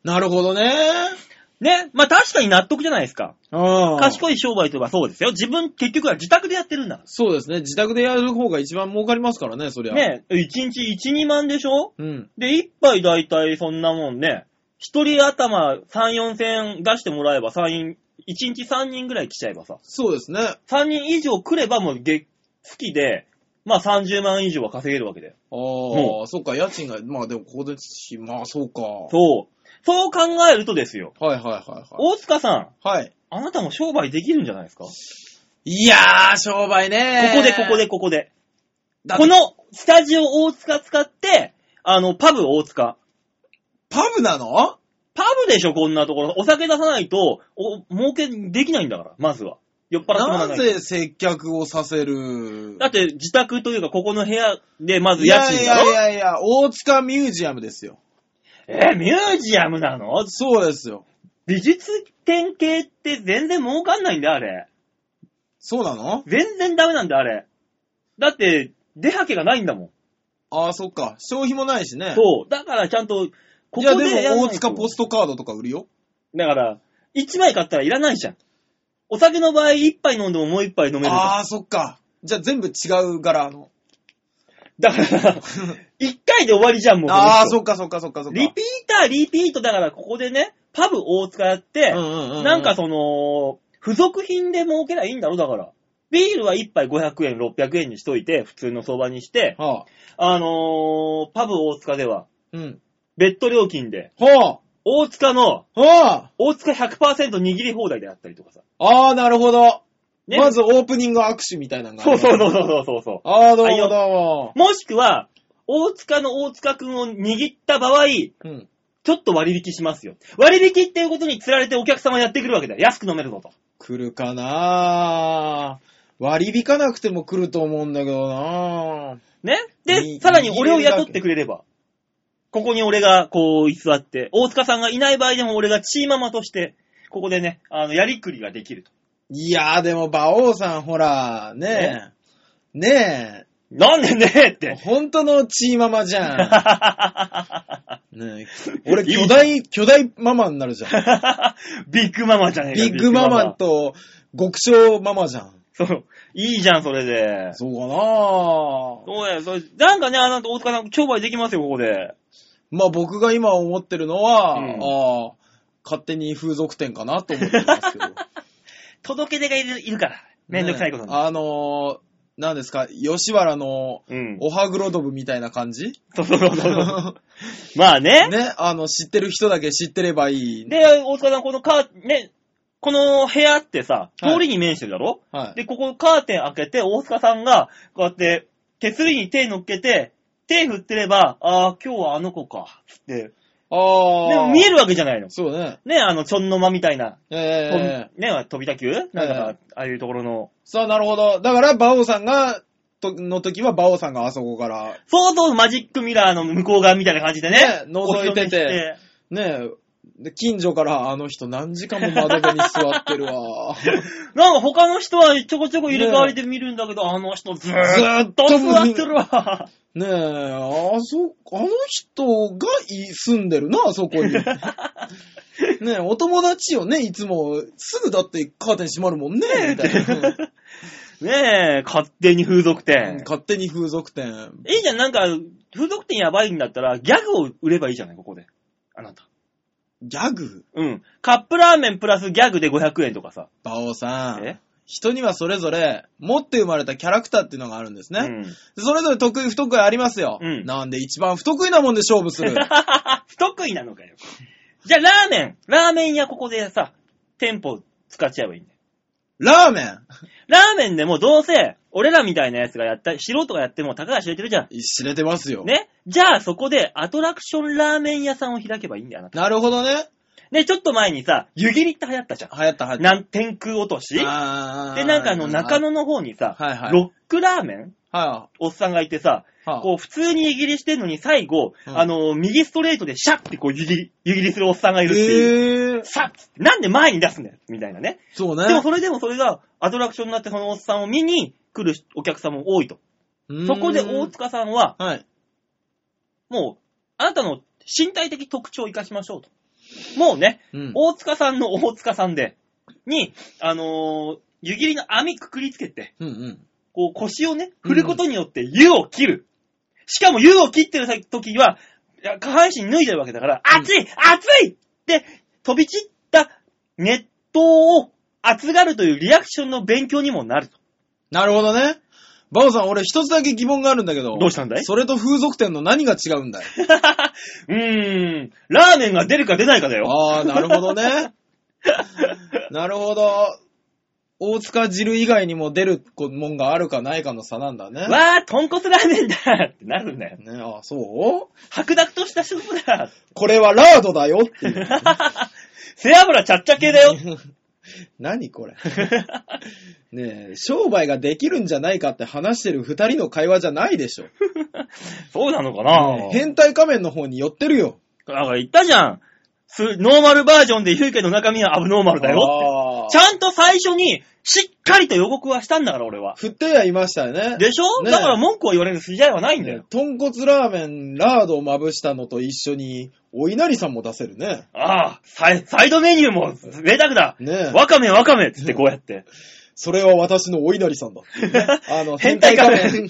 C: なるほどね。
B: ね。まあ確かに納得じゃないですか。
C: うん。い。
B: 賢い商売といえばそうですよ。自分、結局は自宅でやってるんだか
C: そうですね。自宅でやる方が一番儲かりますからね、そりゃ。
B: ら。。ね。1日1、2万でしょ
C: うん。
B: で、1杯だいたいそんなもんね。一人頭3、4千出してもらえば、3、1日3人ぐらい来ちゃえばさ。
C: そうですね。
B: 3人以上来ればもう月、月で、まあ30万以上は稼げるわけだよ。
C: ああ、
B: う
C: そっか、家賃が、まあでもここですし、まあそうか。
B: そう。そう考えるとですよ。
C: はいはいはいはい。
B: 大塚さん、
C: はい。
B: あなたも商売できるんじゃないですか、
C: いやー、商売ね
B: ここで、ここで、。ここで。
C: だって
B: こ、のスタジオ大塚使って、あの、パブ大塚。
C: パブなの
B: パブでしょ、こんなところ。お酒出さないと、お、儲けできないんだから、まずは。酔っ払ってもらわ
C: な
B: ないと
C: ぜ接客をさせる
B: だって自宅というか、ここの部屋でまず
C: い
B: 家
C: やい
B: 賃だ
C: や
B: ろ
C: いやいや、大塚ミュージアムですよ。
B: えーミュージアムなの
C: そうですよ。
B: 美術展系って全然儲かんないんだよ、あれ。
C: そうなの
B: 全然ダメなんだよ、あれ。だって、出はけがないんだもん。
C: ああ、そっか。消費もないしね。
B: そう。だからちゃんと、ここ
C: い
B: でや
C: や、
B: んないと
C: でも大塚ポストカードとか売るよ。
B: だから、1枚買ったらいらないじゃん。お酒の場合、1杯飲んでももう1杯飲めるじゃん
C: ああ、そっか。じゃあ全部違う柄の。
B: だ から、1回で終わりじゃん、もう。
C: ああ、そ
B: こ
C: っかそっかそっかそ
B: の
C: っ
B: 人リ
C: か。
B: ピーター、リピートだから、ここでね、パブ大塚やって、
C: うんうんうんうん
B: なんかその、付属品で儲けりゃいいんだろ、だから。ビールは1杯500円、600円にしといて、普通の相場にして、
C: はあ。
B: あのー、パブ大塚では、
C: うん。
B: ベッド料金で、
C: は
B: 大塚の、
C: あ。はあ。
B: 大塚100%握り放題であったりとかさ。
C: ああ、なるほど。
B: ね
C: まずオープニング握手みたいなのがあ
B: そう
C: る
B: そうそうそうそうそう。
C: ああ、どう
B: はいよ
C: もどうも。
B: もしくは、大塚の大塚くんを握った場合、ち
C: うん。
B: ょっと割引しますよ。割引っていうことに釣られてお客様やってくるわけだよ。安く飲めるぞと。
C: 来るかな割り引かなくても来ると思うんだけどな
B: ねで、
C: に
B: さらに俺を雇ってくれれば、ここに俺がこう居座って、大塚さんがいない場合でも俺がチーママとして、ここでね、あの、やりくりができると。
C: いやー、でも、馬王さん、ほら、ねえ。ね
B: なんでねっ
C: え。
B: て。
C: 本当のチーママじゃ ん。ねえ俺、巨大、巨大ママになるじゃん。
B: ビッグママじゃねえか。
C: ビッグママ。と極小ママじゃん。
B: そう。いいじゃん、それで。
C: そうかな
B: そうや、それ、なんかね、あの、大塚さん、商売できますよ、ここで。
C: まあ、僕が今思ってるのは、
B: うん
C: ああ、勝手に風俗店かなと思ってますけど。
B: 届け出がいるいるから。 めんどくさいこと
C: ね
B: に
C: えあのー、何ですか、吉原の、
B: うん。
C: おはぐろどぶみたいな感じ
B: そうそうそうそう。
C: ね、
B: まあね。
C: あの、知ってる人だけ知ってればいい。
B: で、大塚さん、このカー、ね、この部屋ってさ、
C: はい
B: 通りに面してるだろ、
C: はい。
B: で、ここカーテン開けて、大塚さんが、こうやって、手すりに手乗っけて、手振ってれば、ああ、今日はあの子か、つって。
C: あ
B: で
C: ー。
B: も見えるわけじゃないの。
C: そうね。
B: ね、あの、ちょんの間みたいな、
C: え
B: とん
C: え
B: ね、飛び田球なんかさ、
C: え
B: ああいうところの。
C: さあ、なるほど。だから、馬王さんが、との時は馬王さんがあそこから、
B: そうそう、マジックミラーの向こう側みたいな感じでね。
C: ね覗い
B: お披露
C: てて
B: 目して
C: ねえ、で近所からあの人何時間も窓辺に座ってるわ。
B: なんか他の人はちょこちょこ入れ替わりで見るんだけど、あの人 ずーっと
C: ずーっと
B: 座ってるわ。
C: ねえ、あそ、あの人がい住んでるな、あそ こに。ねえ、お友達よね、いつも。すぐだってカーテン閉まるもんね、みたいな。
B: ねえ、勝手に風俗店。
C: 勝手に風俗店。
B: いいじゃん、なんか、風俗店やばいんだったら、ギャグを売ればいいじゃない、ここで。あなた。
C: ギャグ
B: うん。カップラーメンプラスギャグで500円とかさ。
C: 馬王さん
B: え。
C: 人にはそれぞれ持って生まれたキャラクターっていうのがあるんですね。
B: うん。
C: それぞれ得意不得意ありますよ。
B: うん
C: なんで一番不得意なもんで勝負す る。
B: 不得意なのかよ。じゃあ、ラーメン。ラーメン屋ここでさ、店舗使っちゃえばいいんだよ
C: ラーメ
B: ラーメンでもどうせ、俺らみたいなやつがやったり、素人がやってもたかが知れてるじゃん。
C: ン知れてますよ。
B: ね。じゃあそこでアトラクションラーメン屋さんを開けばいいんだよな。
C: なるほどね。
B: ね、ちょっと前にさ、湯切りって流行ったじゃん。
C: 流行った流行った。
B: なん天空落とし
C: あー
B: で、なんかあの中野の方にさ、
C: はいはい
B: ロックラーメン
C: は
B: おっさんがいてさ、
C: いはい。
B: こう普通に湯切りしてんのに最後、
C: うん
B: あの、右ストレートでシャッてこう湯切り、湯切りするおっさんがいるっていう。
C: えー、
B: さっなんで前に出すんだよみたいなね。
C: そう
B: でも
C: ね。
B: それでもそれがアトラクションになってそのおっさんを見に来るお客さんも多いと。そこで大
C: 大
B: 塚さんは、
C: はい。
B: もう、あなたの身体的特徴を生かしましょうと。もうね、
C: うん
B: 大塚さんの大塚さんで、に、あのー湯切りの網くくりつけて、
C: うんうん。
B: こう腰をね、振ることによって湯を切る。しかも湯を切ってる時は、いや下半身脱いでるわけだから、
C: うん
B: 熱い熱いって飛び散った熱湯を熱がるというリアクションの勉強にもなると。
C: なるほどね。バオさん、俺一つだけ疑問があるんだけど。
B: どうしたんだい
C: それと風俗店の何が違うんだいう
B: ーん、ラーメンが出るか出ないかだよ。
C: ああ、なるほどね。 なるほど。大塚汁以外にも出るもんがあるかないかの差なんだね。ね
B: わー、豚骨ラーメンだってなるんだよ。
C: あ、そう
B: 白濁としたスープだ。
C: これはラードだよっていう。
B: 背脂ちゃっちゃ系だよ。
C: 何これ。ねえ、商売ができるんじゃないかって話してる二人の会話じゃないでしょ。
B: そうなのかな、
C: ねえ変態仮面の方に寄ってるよ。
B: なんか言ったじゃん。すノーマルバージョンで言うけど中身はアブノーマルだよ
C: よ
B: って。ちゃんと最初にしっかりと予告はしたんだから俺は。
C: 振ってはいましたよね。
B: でしょ、
C: ねえ
B: だから文句を言われる筋合いはないんだ
C: ね
B: よ。
C: 豚骨ラーメン、ラードをまぶしたのと一緒に、お稲荷さんも出せるね。
B: ああ、サイサイドメニューも贅沢だ。
C: ねえ。
B: わかめわかめっつってこうやって。
C: それは私のお稲荷さんだっていうね。あ の、
B: 変態仮面
C: 変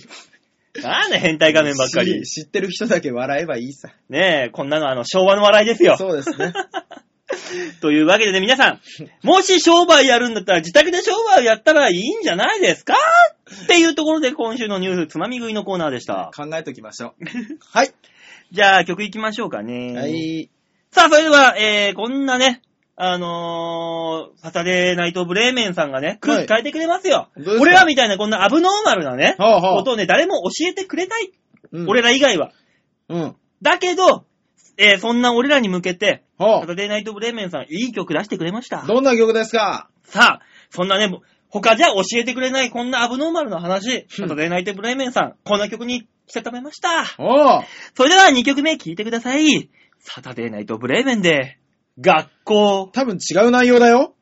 B: なんで変態画面ばっかり。
C: 知知ってる人だけ笑えばいいさ。
B: ねえ、こんなのあの昭和の笑いですよ。
C: そうですね。
B: というわけでね、皆さん、もし商売やるんだったら自宅で商売をやったらいいんじゃないですかっていうところで今週のニュースつまみ食いのコーナーでした。
C: 考えときましょ う。はい。
B: じゃあ曲行きましょうかね。
C: はい。
B: さあ、それでは、えー、こんなね、あのー、サタデーナイトブレーメンさんがね、空気変えてくれますよ。
C: どうですか
B: 俺らみたいなこんなアブノーマルなね、
C: はあはあ
B: ことをね、誰も教えてくれない。
C: うん
B: 俺ら以外は。
C: うん。は
B: だけど、えー、そんな俺らに向けて、
C: あ
B: サタデーナイトブレーメンさん、いい曲出してくれました。
C: どんな曲ですか
B: さあ、そんなね、他じゃ教えてくれないこんなアブノーマルな話、サタデーナイトブレーメンさん、こんな曲にしたためました。
C: おう
B: それでは2曲目聴いてください。サタデーナイトブレーメンで、学校。
C: 多分違う内容だよ。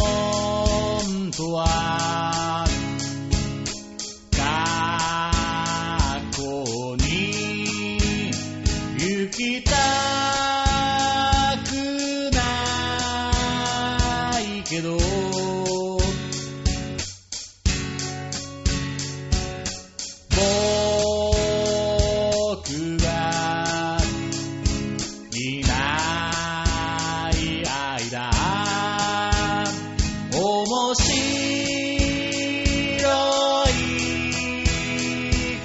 A: 本当は学校に行きたくないけど僕がいない間面白い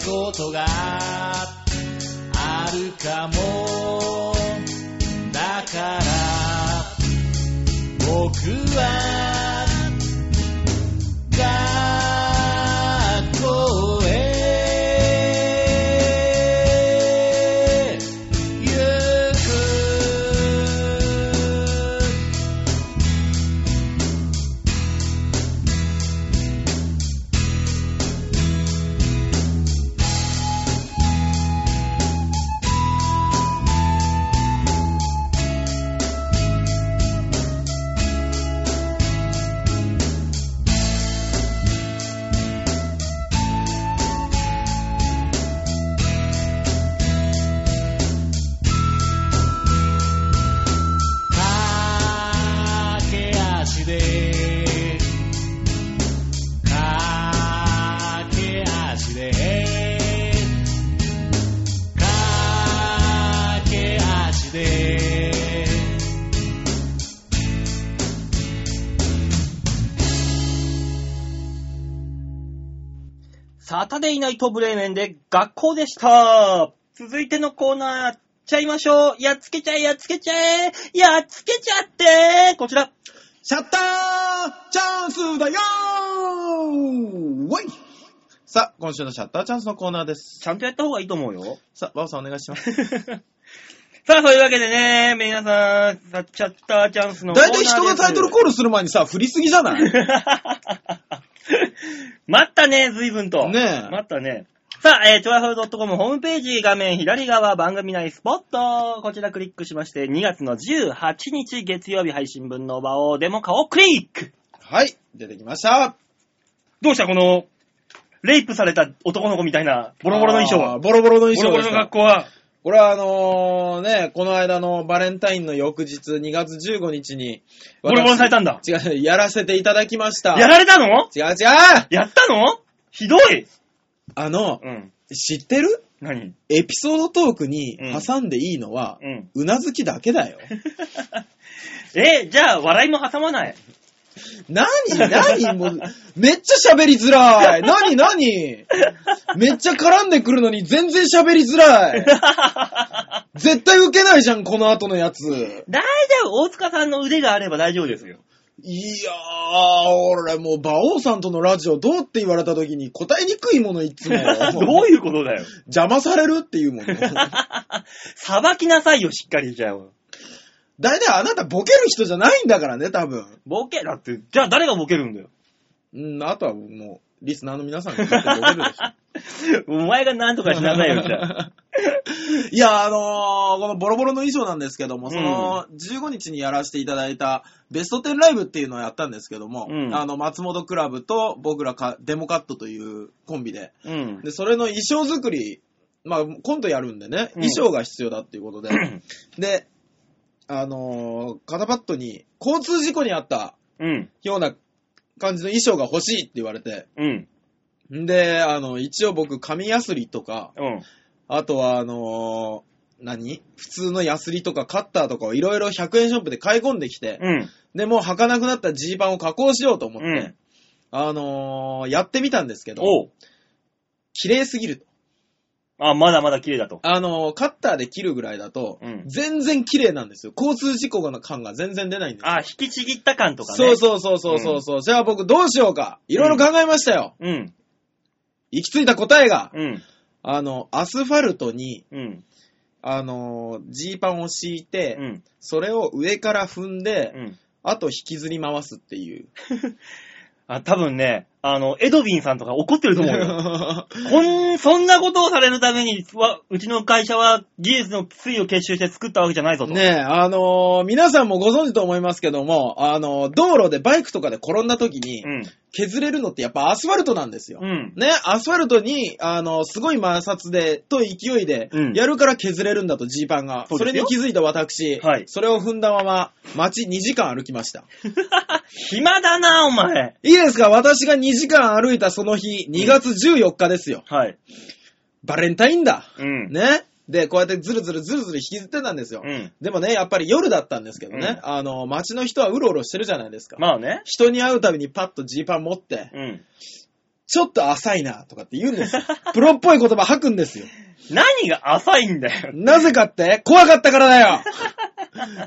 A: ことがあるかもだから僕は学校へ行く駆け足で駆け足で駆け足で
B: サタデーナイトブレーメンで学校でした。続いてのコーナー、やっちゃいましょう。やっつけちゃえ、やっつけちゃえ、やっつけちゃってこちら。
C: シャッターチャンスだよーおいさあ、今週のシャッターチャンスのコーナーです。
B: ちゃんとやった方がいいと思う よ。
C: さあ、バオさんお願い します。
B: さあ、そういうわけでね、皆さん、さっちゃったチャンスのコーナ
C: 大
B: ーです。
C: 体人がタイトルコールする前にさ、振りすぎじ ゃない
B: 待ったね、随分と。
C: ねえ
B: 待ったね。さあ、えー、ちょわふう .com ホームページ画面左側番組内スポット。こちらクリックしまして、2月の18日月曜日配信分の場をデモ化をクリック
C: はい、出てきました。
B: どうしたこの、レイプされた男の子みたいなボロボロの衣装
C: あー
B: は。
C: ボロボロの
B: ボ
C: 衣
B: ロ
C: 装
B: ボ
C: で
B: ロ
C: し
B: の
C: た
B: 学。校は。
C: これはあのーね、この間のバレンタインの翌日、2月15日に、
B: ボロボロされたんだ。
C: 私違う、やらせていただきました。
B: やられたの
C: 違う違う
B: やったのひどい
C: あの、
B: うん。
C: 知ってる
B: 何
C: エピソードトークに挟んでいいのは、
B: うん。
C: うなずきだけだよ。
B: え、じゃあ、笑いも挟まない。
C: 何何もう、めっちゃ喋りづらい。何何めっちゃ絡んでくるのに全然喋りづらい。絶対受けないじゃん、この後のやつ。
B: 大丈夫、大塚さんの腕があれば大丈夫ですよ。
C: いやー、俺もう、馬王さんとのラジオどうって言われた時に答えにくいもの、いつも。
B: どういうことだよ。
C: 邪魔されるっていうもの。
B: さばきなさいよ、しっかりじゃあ。
C: 大体あなたボケる人じゃないんだからね、多分。
B: ボケだって、じゃあ誰がボケるんだよ。
C: うん、あとはもう、リスナーの皆さんが絶対ボケるでしょ。
B: お前がなんとかしなさいよ、じゃあ。
C: いや、あのーこのボロボロの衣装なんですけども、その、15日にやらせていただいた、ベスト10ライブっていうのをやったんですけども、
B: うん
C: あの、松本クラブと僕らか、デモカットというコンビで、
B: うん。
C: で、それの衣装作り、まあ、今度やるんでね、
B: うん
C: 衣装が必要だっていうこと で、で、あのー肩パッドに、交通事故にあった
B: うん。
C: ような感じの衣装が欲しいって言われて、
B: うん。
C: んで、あの、一応僕、紙やすりとか、
B: うん。
C: あとは、あのー何普通のヤスリとかカッターとかをいろいろ100円ショップで買い込んできて、
B: うん。
C: で、もう履かなくなったジーパンを加工しようと思って、
B: うん
C: あのーやってみたんですけど、
B: おう。
C: 綺麗すぎると。
B: あ、まだまだ綺麗だと。
C: あのーカッターで切るぐらいだと、
B: うん
C: 全然綺麗なんですよ。交通事故の感が全然出ないんですよ。
B: あ、引きちぎった感とかね。
C: そうそうそうそうそうそう。じゃあ僕どうしようか。いろいろ考えましたよ。
B: う。うん。
C: 行き着いた答えが、
B: うん。
C: あの、アスファルトに、
B: うん。
C: あのージーパンを敷いうて、
B: ん。
C: それを上から踏んで、
B: うん。
C: あと引きずり回すっていう。
B: あ、多分ね、あの、エドビンさんとか怒ってると思う よ。こん、そんなことをされるために、わうちの会社は技術の推を結集して作ったわけじゃないぞと。
C: ねえ、あのー皆さんもご存知と思いますけども、あのー道路でバイクとかで転んだ時に
B: う、ん。
C: 削れるのってやっぱアスファルトなんですよ。
B: うん。
C: ね、アスファルトに、あのーすごい摩擦で、と勢いで
B: うん、
C: やるから削れるんだと、ジーパンが。
B: そう
C: そ
B: で
C: れ
B: すよ
C: に気づいた私、
B: はい
C: それを踏んだまま、街2時間歩きました。
B: 暇だな、お前。
C: いいですか私が2時間歩いたその日、2月14日ですよ。
B: はい。
C: バレンタインだ。
B: うん。
C: ね。で、こうやってずるずるずるずる引きずってたんですよ。
B: うん。
C: でもね、やっぱり夜だったんですけどね、あの、街の人はうろうろしてるじゃないですか。
B: まあね。
C: 人に会うたびにパッとジーパン持って、
B: うん。
C: ちょっと浅いな、とかって言う んですよ。プロっぽい言葉吐くんですよ。
B: 何が浅いんだよ。
C: なぜかって、怖かったからだよ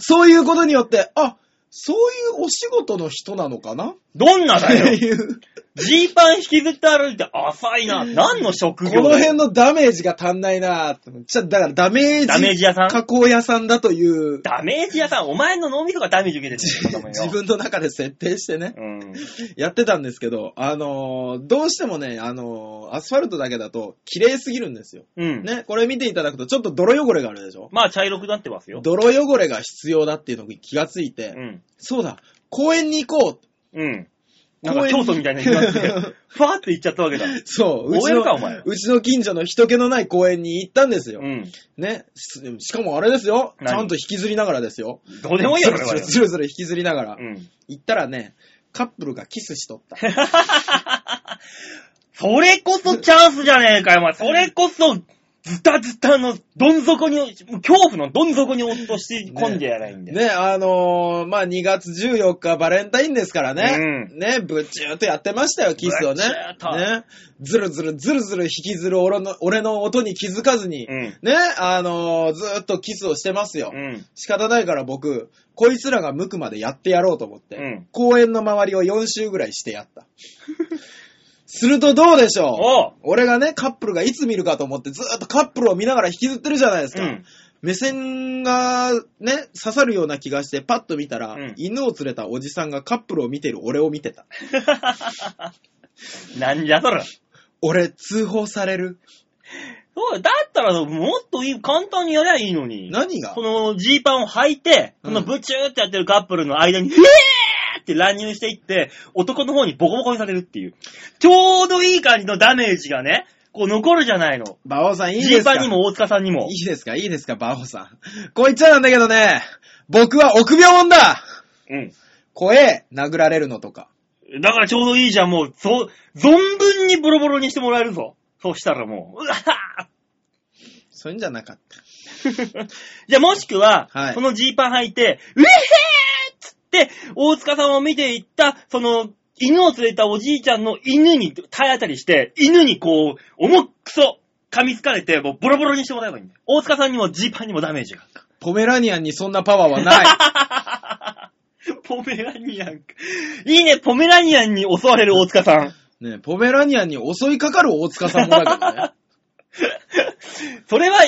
C: そういうことによって、あ、そういうお仕事の人なのかなっ
B: どんな
C: て
B: だよ。
C: いう、
B: ジーパン引きずって歩いて浅い な。何の職
C: こ
B: 業
C: の
B: だよ
C: 辺のダメージが足んないなってじゃ、だからダメージ、
B: ダメージ屋さん
C: 加工屋さんだという、
B: ダメージ屋さん、お前の脳みそがダメージ受けてるんだよ。
C: 自分の中で設定してね。
B: うん。
C: やってたんですけど、あのーどうしてもね、あのーアスファルトだけだと、綺麗すぎるんですよ。
B: うん。
C: ね、これ見ていただくと、ちょっと泥汚れがあるでしょ
B: まあ、茶色くなってますよ。
C: 泥汚れが必要だっていうのに気がついて、
B: うん。
C: そうだ、公園に行こう
B: うん。なんか京都みたいな言いって、 ふわーって行っちゃったわけだ。
C: そう、うち
B: OL
C: の
B: か、お前
C: うちの近所の人気のない公園に行ったんですよ。
B: うん。
C: ね、ししかもあれですよ、ち
B: 何
C: ゃんと引きずりながらですよ。
B: どうでもい いよ、
C: ず
B: それ
C: る
B: は。
C: ずるずる引きずりながら。
B: うん。
C: 行ったらね、カップルがキスしとった。
B: それこそチャンスじゃねえかよ、お前。それこそ、ズタズタの、どん底に、恐怖のどん底に落とし込んでやらいいんだよ。
C: ね、あのーまあ、2月14日バレンタインですからね。
B: う
C: ね、ぶっちゅーっとやってましたよ、キスをね。
B: ぶっちゅーっと
C: ね、ずるずるずるずる引きずる俺の俺の音に気づかずに、
B: うん
C: ね、あのーずーっとキスをしてますよ。
B: うん。
C: 仕方ないから僕、こいつらが向くまでやってやろうと思って、
B: うん
C: 公園の周りを4周ぐらいしてやった。 するとどうでしょう
B: おう。
C: 俺がね、カップルがいつ見るかと思ってずーっとカップルを見ながら引きずってるじゃないです
B: う
C: か。
B: ん。
C: 目線がね、刺さるような気がして、パッと見たら、
B: うん
C: 犬を連れたおじさんがカップルを見てる俺を見てた。
B: なんじゃそら。
C: 俺、通報される。
B: そうよだったら、もっといい、簡単にやりゃいいのに。
C: 何が
B: このジーパンを履いて、
C: う
B: こ
C: ん
B: のブチューってやってるカップルの間に、えぇーって乱入していって、男の方にボコボコにされるっていう。ちょうどいい感じのダメージがね、こう残るじゃないの。
C: バオさん、いい
B: ジ
C: で
B: ー
C: すか
B: パンにも大塚さんにも。
C: いいですかいいですか、バオさん。こう言っちゃなんだけどね、僕は臆病者だ
B: うん。
C: 怖え、殴られるのとか。
B: だからちょうどいいじゃん、もう、そう、存分にボロボロにしてもらえるぞ。そうしたらもう、うわは
C: そういうんじゃなかった。
B: ー じゃあもしくは、
C: はい
B: このジーパン履いて、うえへーっつって、大塚さんを見ていった、その、犬を連れたおじいちゃんの犬に体当たりして、犬にこう、重くそ、噛みつかれて、もうボロボロにしてもらえばいいんだよ。大塚さんにもジーパンにもダメージが。
C: ポメラニアンにそんなパワーはない。
B: ポポメラニアン。いいね、ポメラニアンに襲われる大塚さん。
C: ね、ポメラニアンに襲いかかる大塚さんもだけどね。
B: それは、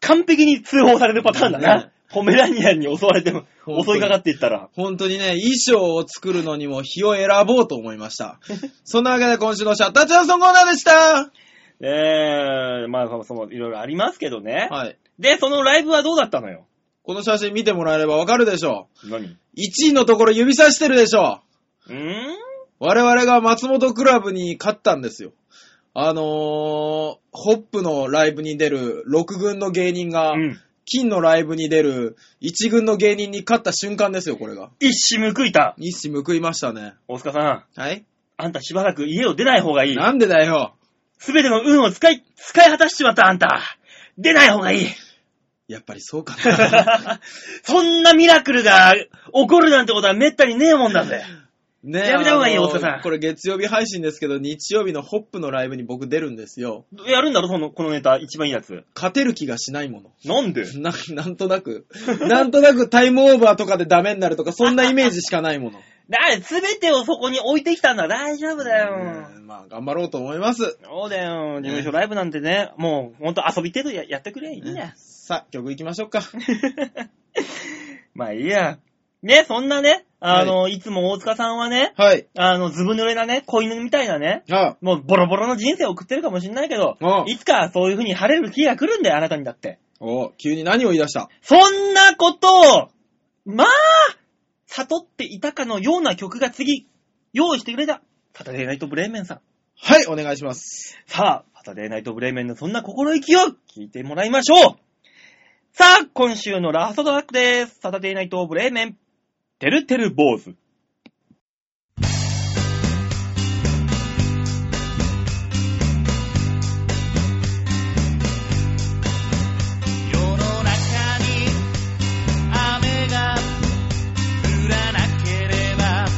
B: 完璧に通報されるパターンだ
C: ね
B: な。ポメラニアンに襲われても、
C: 本当
B: 襲
C: に
B: いかかっていったら。
C: 本当にね、衣装を作るのにも日を選ぼうと思い ました。そんなわけで今週のシャッターチャンソンコーナーでした
B: ええまあ、その、いろいろありますけどね。
C: はい。
B: で、そのライブはどうだったのよ
C: この写真見てもらえればわかるでしょ
B: 何う
C: う。1位のところ指さしてるでしょ
B: ーん
C: う。我々が松本クラブに勝ったんですよ。あのー、ホップのライブに出る6軍の芸人が、
B: うん。
C: 金のライブに出る1軍の芸人に勝った瞬間ですよ、これが。
B: 一矢報いた。
C: 一矢報いましたね。
B: 大塚さん、
C: はい
B: あんたしばらく家を出ない方がいい。
C: なんでだよ。
B: すべての運を使い、使い果たしちまったあんた。出ない方が いい。
C: やっぱりそうかな。
B: そんなミラクルが起こるなんてことはめったにねえもんだぜ。
C: ね
B: やめた方がいいよ
C: あの
B: 大塚さん
C: これ月曜日配信ですけど、日曜日のホップのライブに僕出るんですよ。
B: やるんだろ、その、このネタ、一番いいやつ。
C: 勝てる気がしないもの。
B: なんで
C: な、なんとなく、なんとなくタイムオーバーとかでダメになるとか、そんなイメージしかないもの。
B: だすべてをそこに置いてきたんだ。大丈夫だよ。
C: うんまあ、頑張ろうと思います。
B: そうだよ。事務所ライブなんてね、もう、ほんと遊び程度ややってくれ。いいや。
C: さあ、曲行きましょうか。
B: まあいいや。ね、そんなね、あの、い、つも大塚さんはね、
C: はい。
B: あの、ずぶ濡れなね、子犬みたいなね、
C: あ
B: もうボロボロの人生を送ってるかもしんないけど
C: ああ、
B: いつかそういう風に晴れる日が来るんだよ、あなたにだって。
C: お急に何を言い出した
B: そんなことを、まあ、悟っていたかのような曲が次、用意してくれた。サタデーナイトブレーメンさん。
C: はい、お願いします。
B: さあ、サタデーナイトブレーメンのそんな心意気を聞いてもらいましょう。さあ、今週のラストトラックです。サタデーナイトブレーメン、てるてる坊主。
A: 世の中に雨が降らなければ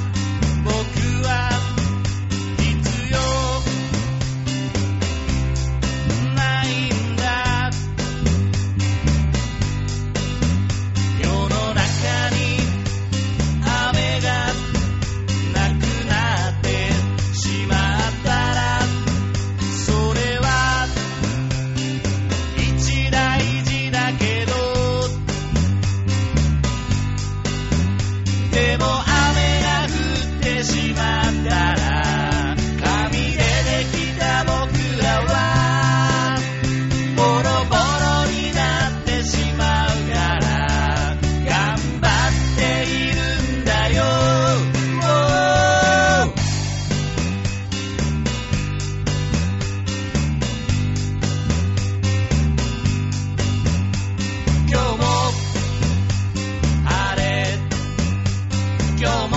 A: 僕は必要ないんだ世の中に雨がなくなってしまったらそれは一大事だけどでも雨が降ってしまったら紙でできた僕らはボロボロになってしまうから頑張っているんだよ今日も晴れ今日も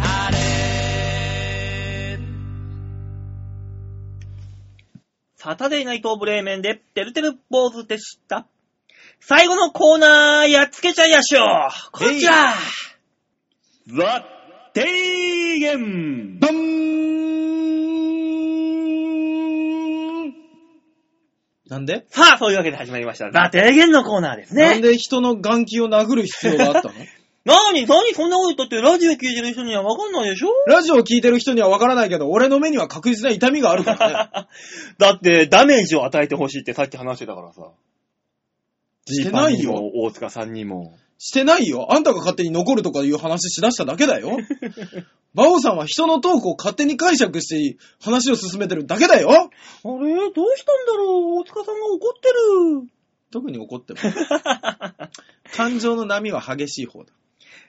A: 晴れ
B: サタデーナイトブレーメンで、てるてる坊主でした。最後のコーナー、やっつけちゃいやっしょこちらザ・提言
C: バンなんで
B: さあ、そういうわけで始まりました。ザ・提言のコーナーです
C: なん
B: ね。
C: で人の眼球を殴る必要があったの
B: なに、なに、そんなこと言ったって、ラジオ聞いてる人にはわかんないでしょ
C: ラジオを聞いてる人にはわからないけど、俺の目には確実な痛みがあるから ね。
B: だって、ダメージを与えてほしいってさっき話してたからさ。
C: してない
B: ジーパン
C: よ。
B: にも大塚さんにも。
C: してないよ。あんたが勝手に残るとかいう話しだしただけだ よ。バオさんは人のトークを勝手に解釈して話を進めてるだけだよ。
B: あれどうしたんだろう大塚さんが怒ってる。
C: 特に怒って も。感情の波は激しい方だ。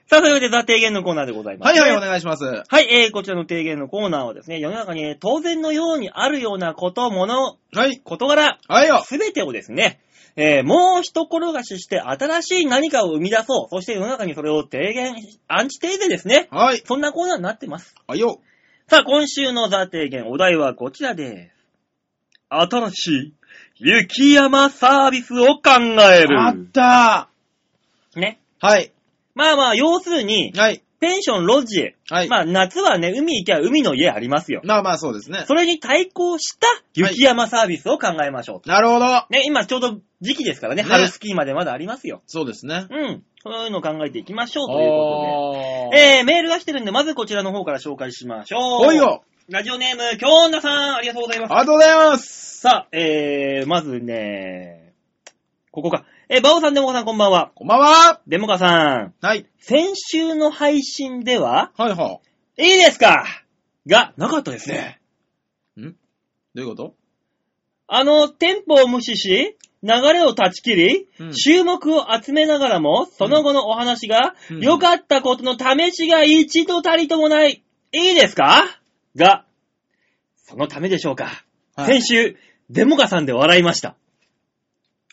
B: さあ、というわけで、ザ・提言のコーナーでございます。
C: はいはい、お願いします。は
B: はい、えー、こちらの提言のコーナーはですね、世の中に当然のようにあるようなこと、もの、
C: い。
B: 事柄、
C: はいよ。
B: すべてをですね、えー、もう一転がしして新しい何かを生み出そう。そして世の中にそれを提言、アンチテーゼですね。
C: はい。
B: そんなコーナーになってます。
C: はいよ。
B: さあ、今週のザ提言、お題はこちらです。新しい雪山サービスを考え
C: あ
B: る
C: っ。た
B: ね。
C: ー。はい。
B: まあまあ、要するに、
C: はい。
B: ペンション、ロッジ、
C: はい。
B: まあ夏はね、海行きゃ海の家ありますよ。
C: まあまあそうですね。
B: それに対抗した雪山サービスを考えましょうと。
C: なるほど。
B: ね、今ちょうど時期ですからね、
C: ね
B: 春スキーまでまだありますよ。
C: そうですね。
B: うん。そういうのを考えていきましょう と
C: あ
B: いうこ
C: あ
B: とで。えー、メールが来てるんで、まずこちらの方から紹介しましょう。
C: おいよ
B: ラジオネーム、京女さん、ありがとうございます。
C: ありがとうございます
B: さあ、えー、まずね、ここか。えー、バオさん、デモカさん、こんばんは。
C: こんばんは
B: デモカさん、
C: はい。
B: 先週の配信では、
C: はいはい
B: いですかが、なかったですね。
C: い。んどういうこと
B: あの、テンポを無視し、流れを断ち切り、
C: うん
B: 注目を集めながらも、その後のお話が、
C: うん
B: 良かったことの試しが一度たりともない。いいですかが、そのためでしょうか。
C: は
B: 先
C: い
B: 週、デモカさんで笑いました。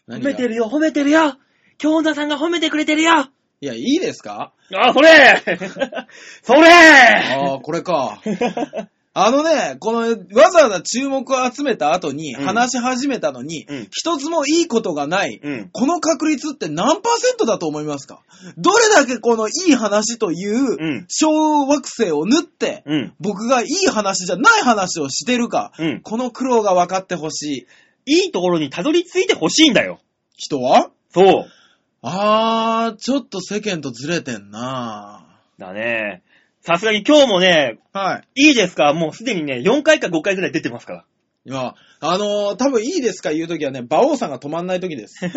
C: 何
B: 褒
C: が
B: めてるよ、褒めてるよ京田さんが褒めてくれてるよあ、
C: いや、いいですか
B: そ れそれ
C: ああ、こ れか。あのね、この、わざわざ注目を集めた後に、
B: うん
C: 話し始めたのに、
B: うん
C: 一つもいいことがない、
B: うん
C: この確率って何パーセントだと思いますかどれだけこのいい話とい
B: うん
C: う、小惑星を縫って、
B: うん。
C: 僕がいい話じゃない話をしてるか、
B: うん
C: この苦労が分かってほしい。
B: いいところにたどり着いてほしいんだよ。
C: 人は
B: そう。
C: あー、ちょっと世間とずれてんな
B: だね。さすがに今日もね、
C: はい。
B: いいですかもうすでにね、4回か5回ぐらい出てますから。
C: いや、あのー多分いいですか言うときはね、馬王さんが止まんないとき です。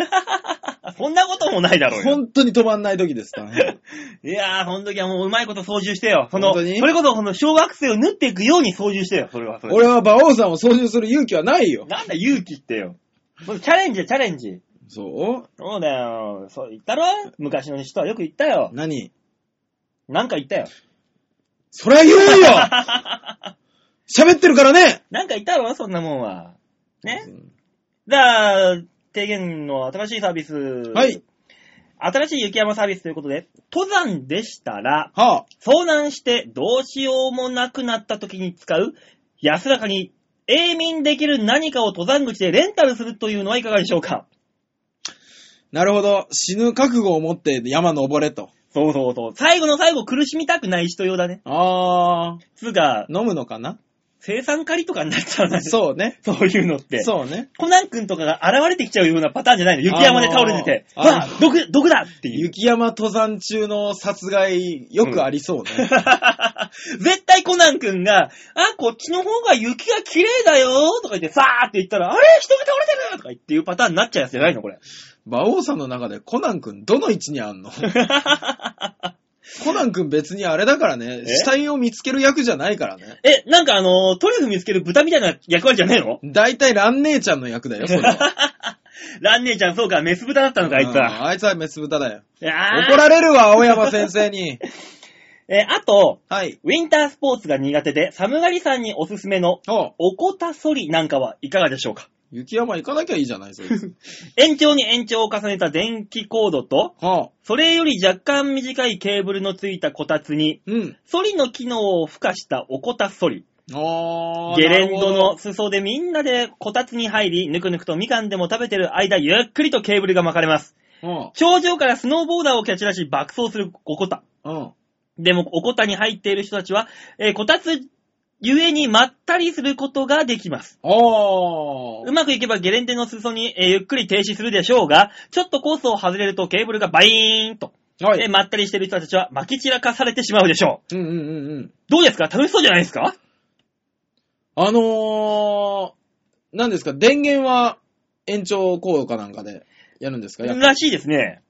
B: あそんなこともないだろうよ。
C: 本当に止まんないとき です。大変
B: いやー、その時はもううまいこと操縦してよ。その、そ
C: 本当に
B: れこそその小学生を縫っていくように操縦してよ。それはそれで。
C: 俺は馬王さんを操縦する勇気はないよ。
B: なんだ勇気ってよ。もうチャレンジだチャレンジ。
C: そう
B: そうだよ。そう言ったろ昔の人はよく言ったよ。
C: 何
B: なんか言ったよ。
C: そりゃ言うよ 喋ってるからね
B: なんか言ったろそんなもんは。ねじゃあ、提言の新しいサービス。は
C: はい。。
B: 新しい雪山サービスということで、登山でしたら、
C: はあ。
B: 遭難してどうしようもなくなった時に使う、安らかに永眠できる何かを登山口でレンタルするというのはいかがでしょうか
C: なるほど。死ぬ覚悟を持って山登れと。
B: そうそうそう。最後の最後苦しみたくない人用だね。
C: あー。
B: つうか、
C: 飲むのか な
B: 生産狩りとかになっちゃうな。う。
C: そうね。
B: そういうのって。
C: そうね。
B: コナン君とかが現れてきちゃうようなパターンじゃないの。雪山で倒れてて、
C: あのー
B: わ
C: あ
B: あ、毒、毒だっていう。
C: 雪山登山中の殺害、よくありそうね。
B: 絶対コナン君が、あ、こっちの方が雪が綺麗だよとか言って、さーって言ったら、あれ人が倒れてるとか言っていうパターンになっちゃうやつじゃないのこれ。
C: 馬王さんの中でコナン君どの位置にあんの コナン君別にあれだからね、
B: え
C: 死体を見つける役じゃないからね。
B: え、なんかあのートリュフ見つける豚みたいな役割じゃねえの
C: 大体ラン姉ちゃんの役だよ、そ れは。
B: ラン姉ちゃん、そうか、メス豚だったのか、あいつ
C: う
B: は。
C: んあいつはメス豚だよ。
B: いやー
C: 怒られるわ、青山先生に。
B: え、あと、
C: はい。
B: ウィンタースポーツが苦手で、寒がりさんにおすすめの、
C: お
B: おこたそりなんかはいかがでしょうか
C: 雪山行かなきゃいいじゃない、そい つ。
B: 延長に延長を重ねた電気コードと、
C: はあ。
B: それより若干短いケーブルのついたこたつに、
C: うん。
B: ソリの機能を付加したおこたソリ。
C: あー
B: ゲレンド。
C: なるほ
B: の裾でみんなでこたつに入り、ぬくぬくとみかんでも食べてる間、ゆっくりとケーブルが巻かれます。
C: ど
B: 頂上からスノーボーダーを蹴散らし爆走するおこた。
C: うん。うん。
B: でも、おこたに入っている人たちは、えーこたつゆえにまったりすることができます。う
C: おー。
B: まくいけばゲレンデの裾に、えーゆっくり停止するでしょうが、ちょっとコースを外れるとケーブルがバイーンと。
C: は
B: で、
C: い。
B: まったりしてる人たちは撒き散らかされてしまうでしょう。
C: うんうんうんうん。
B: どうですか楽しそうじゃないですか
C: あのー、何ですか、電源は延長コードかなんかでやるんですかやっぱ
B: らしいですね。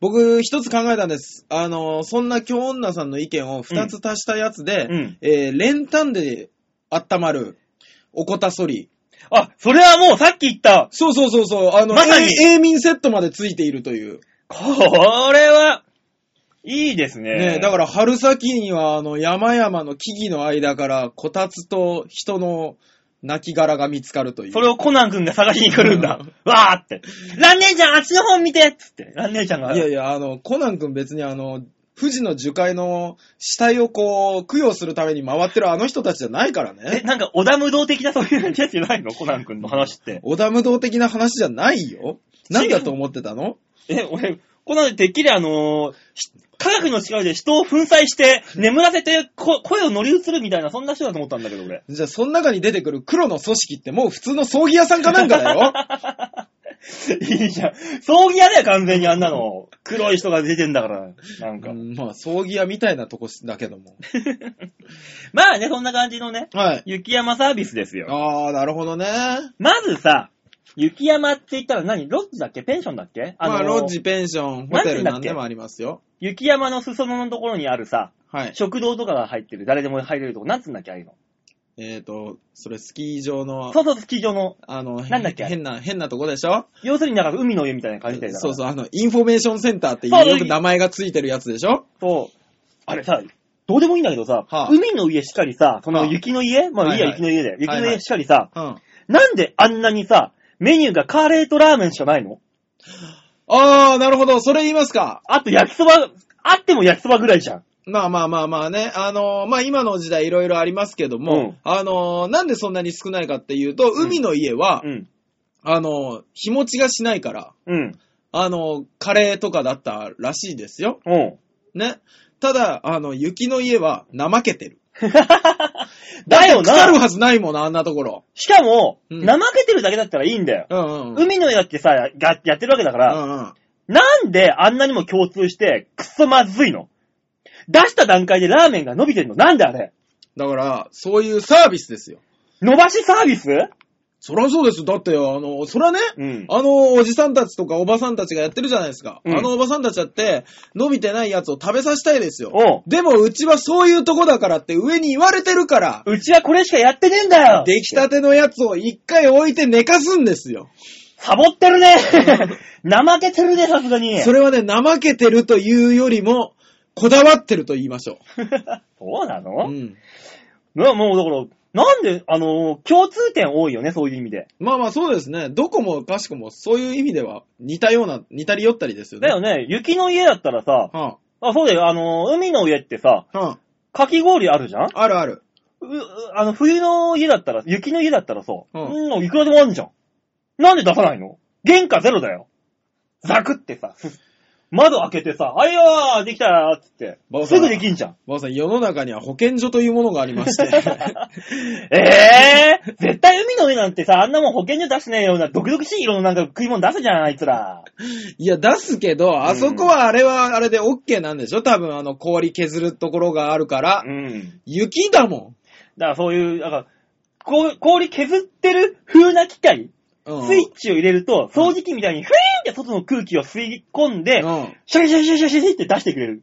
C: 僕、一つ考えたんです。あの、そんな京女さんの意見を二つ足したやつで、
B: うん
C: えー、練炭で温まる、おこたそり。
B: あ、それはもうさっき言った、
C: そうそうそうそう、あの、
B: まさに
C: え永眠セットまでついているという。
B: これは、いいですね。
C: ねだから春先には、あの、山々の木々の間から、こたつと人の亡骸が見つかるという。
B: それをコナン君が探しに来るんだ
C: う。
B: わーって。ラン姉ちゃん、あっちの方見てっつって。ラン姉ちゃんが。
C: いやいや、あの、コナン君別にあの、富士の樹海の死体をこう、供養するために回ってるあの人たちじゃないから
B: え、
C: ね。
B: なんか、織田無道的なそういうやつじゃないのコナン君の話って。
C: 小田無道的な話じゃないよ。なんだと思ってたの
B: え、俺、コナンってっきりあのーひ科学の力で人を粉砕して、眠らせて、こ声を乗り移るみたいな、そんな人だと思ったんだけど、俺。
C: じゃあ、その中に出てくる黒の組織ってもう普通の葬儀屋さんかなんかだよ。
B: いいじゃん。葬儀屋だよ、完全にあんなの。黒い人が出てんだから。なんか
C: う。んまあ、葬儀屋みたいなとこだけども。
B: まあね、そんな感じのね、
C: はい。
B: 雪山サービスですよ。
C: ああ、なるほどね。
B: まずさ、雪山って言ったら何ロッジだっけペンションだっけ
C: まあ、ロッ
B: ジ。
C: ジ、ペンション、ホ
B: なんて言
C: テ
B: う
C: ル
B: んだっけ
C: なんでもありますよ。
B: 雪山の裾野のところにあるさ、
C: はい。
B: 食堂とかが入ってる、誰でも入れるとこ、なんつうんだっけ、ああいうの。
C: えっ、と、それスキー場の、
B: そうそう、スキー場の、
C: あの、
B: なんだっけ
C: 変な、変なとこでしょ
B: 要するになんか海の家みたいな感じで。
C: そう
B: う。
C: そう、あの、インフォメーションセンターってい
B: そう
C: うよく名前がついてるやつでしょ
B: そう。あれさ、どうでもいいんだけどさ、
C: はあ
B: 海の家しかりさ、その雪の家、まあいいや、
C: はいはい
B: 雪の家で。雪の
C: はいは
B: 家
C: い
B: しかりさ、
C: うん。
B: なんであんなにさ、メニューがカレーとラーメンしかないの
C: ああ、なるほど、それ言いますか。
B: あと焼きそば、あっても焼きそばぐらいじゃん。
C: まあまあまあまあね、あのーまあ今の時代いろいろありますけども、
B: うん
C: あのーなんでそんなに少ないかっていうと、海の家は、
B: うん。
C: あのー日持ちがしないから、
B: うん。
C: あのーカレーとかだったらしいですよ。
B: うん。
C: ね。ただ、あの、雪の家は怠けてる。
B: だよ
C: 腐る
B: な
C: はずないもの、あんなところ。
B: しかも、
C: うん
B: 怠けてるだけだったらいいんだよ。
C: うんうんうん。
B: 海の家ってさ、がやってるわけだか
C: う
B: ら、
C: んうん。
B: なんであんなにも共通して、くっそまずいの出した段階でラーメンが伸びてるのなんであれ
C: だから、そういうサービスですよ。
B: 伸ばしサービス
C: そりゃそうです。だって、あの、そりゃね、
B: うん。
C: あの、おじさんたちとかおばさんたちがやってるじゃないですか。
B: うん
C: あのおばさんたちだって、伸びてないやつを食べさせたいですよ。
B: おう
C: でも、うちはそういうとこだからって上に言われてるから、
B: うちはこれしかやってねえんだよ
C: 出来たてのやつを一回置いて寝かすんですよ。
B: サボってるね怠けてるね、さすがに。
C: それはね、怠けてるというよりも、こだわってると言いましょ
B: そうな
C: う。
B: の、
C: うん。
B: ね、もうだから、なんで、あのー共通点多いよね、そういう意味で。
C: まあまあそうですね。どこもかしこもそういう意味では似たような、似たり寄ったりですよね。
B: だよね、雪の家だったらさ、
C: は
B: あ、そうだよ、あのー海の家ってさ、
C: あ、は
B: かき氷あるじゃん
C: あ、あるある。
B: う、うあの、冬の家だったら、雪の家だったらさ、う
C: うんん、
B: いくらでもあるじゃん。なんで出さないの原価ゼロだよ。ザクってさ、す窓開けてさ、あいよーできたーっつって
C: バ、オさん
B: すぐできんじゃん。
C: ばあさん、世の中には保健所というものがありまして。
B: ええー、絶対海の家なんてさ、あんなもん保険所出してねえような、毒々しい色のなんか食い物出すじゃん、あいつら。
C: いや、出すけど、あそこはあれはあれで OK なんでしょ多分あの氷削るところがあるから。
B: うん。
C: 雪だも
B: だからそういう、なんか、こう氷削ってる風な機械、
C: ん。うん。
B: スイッチを入れると、掃除機みたいに、ふィーンって外の空気を吸い込んで、
C: うん。
B: シャリシャリシャリシャリシャリって出してくれる。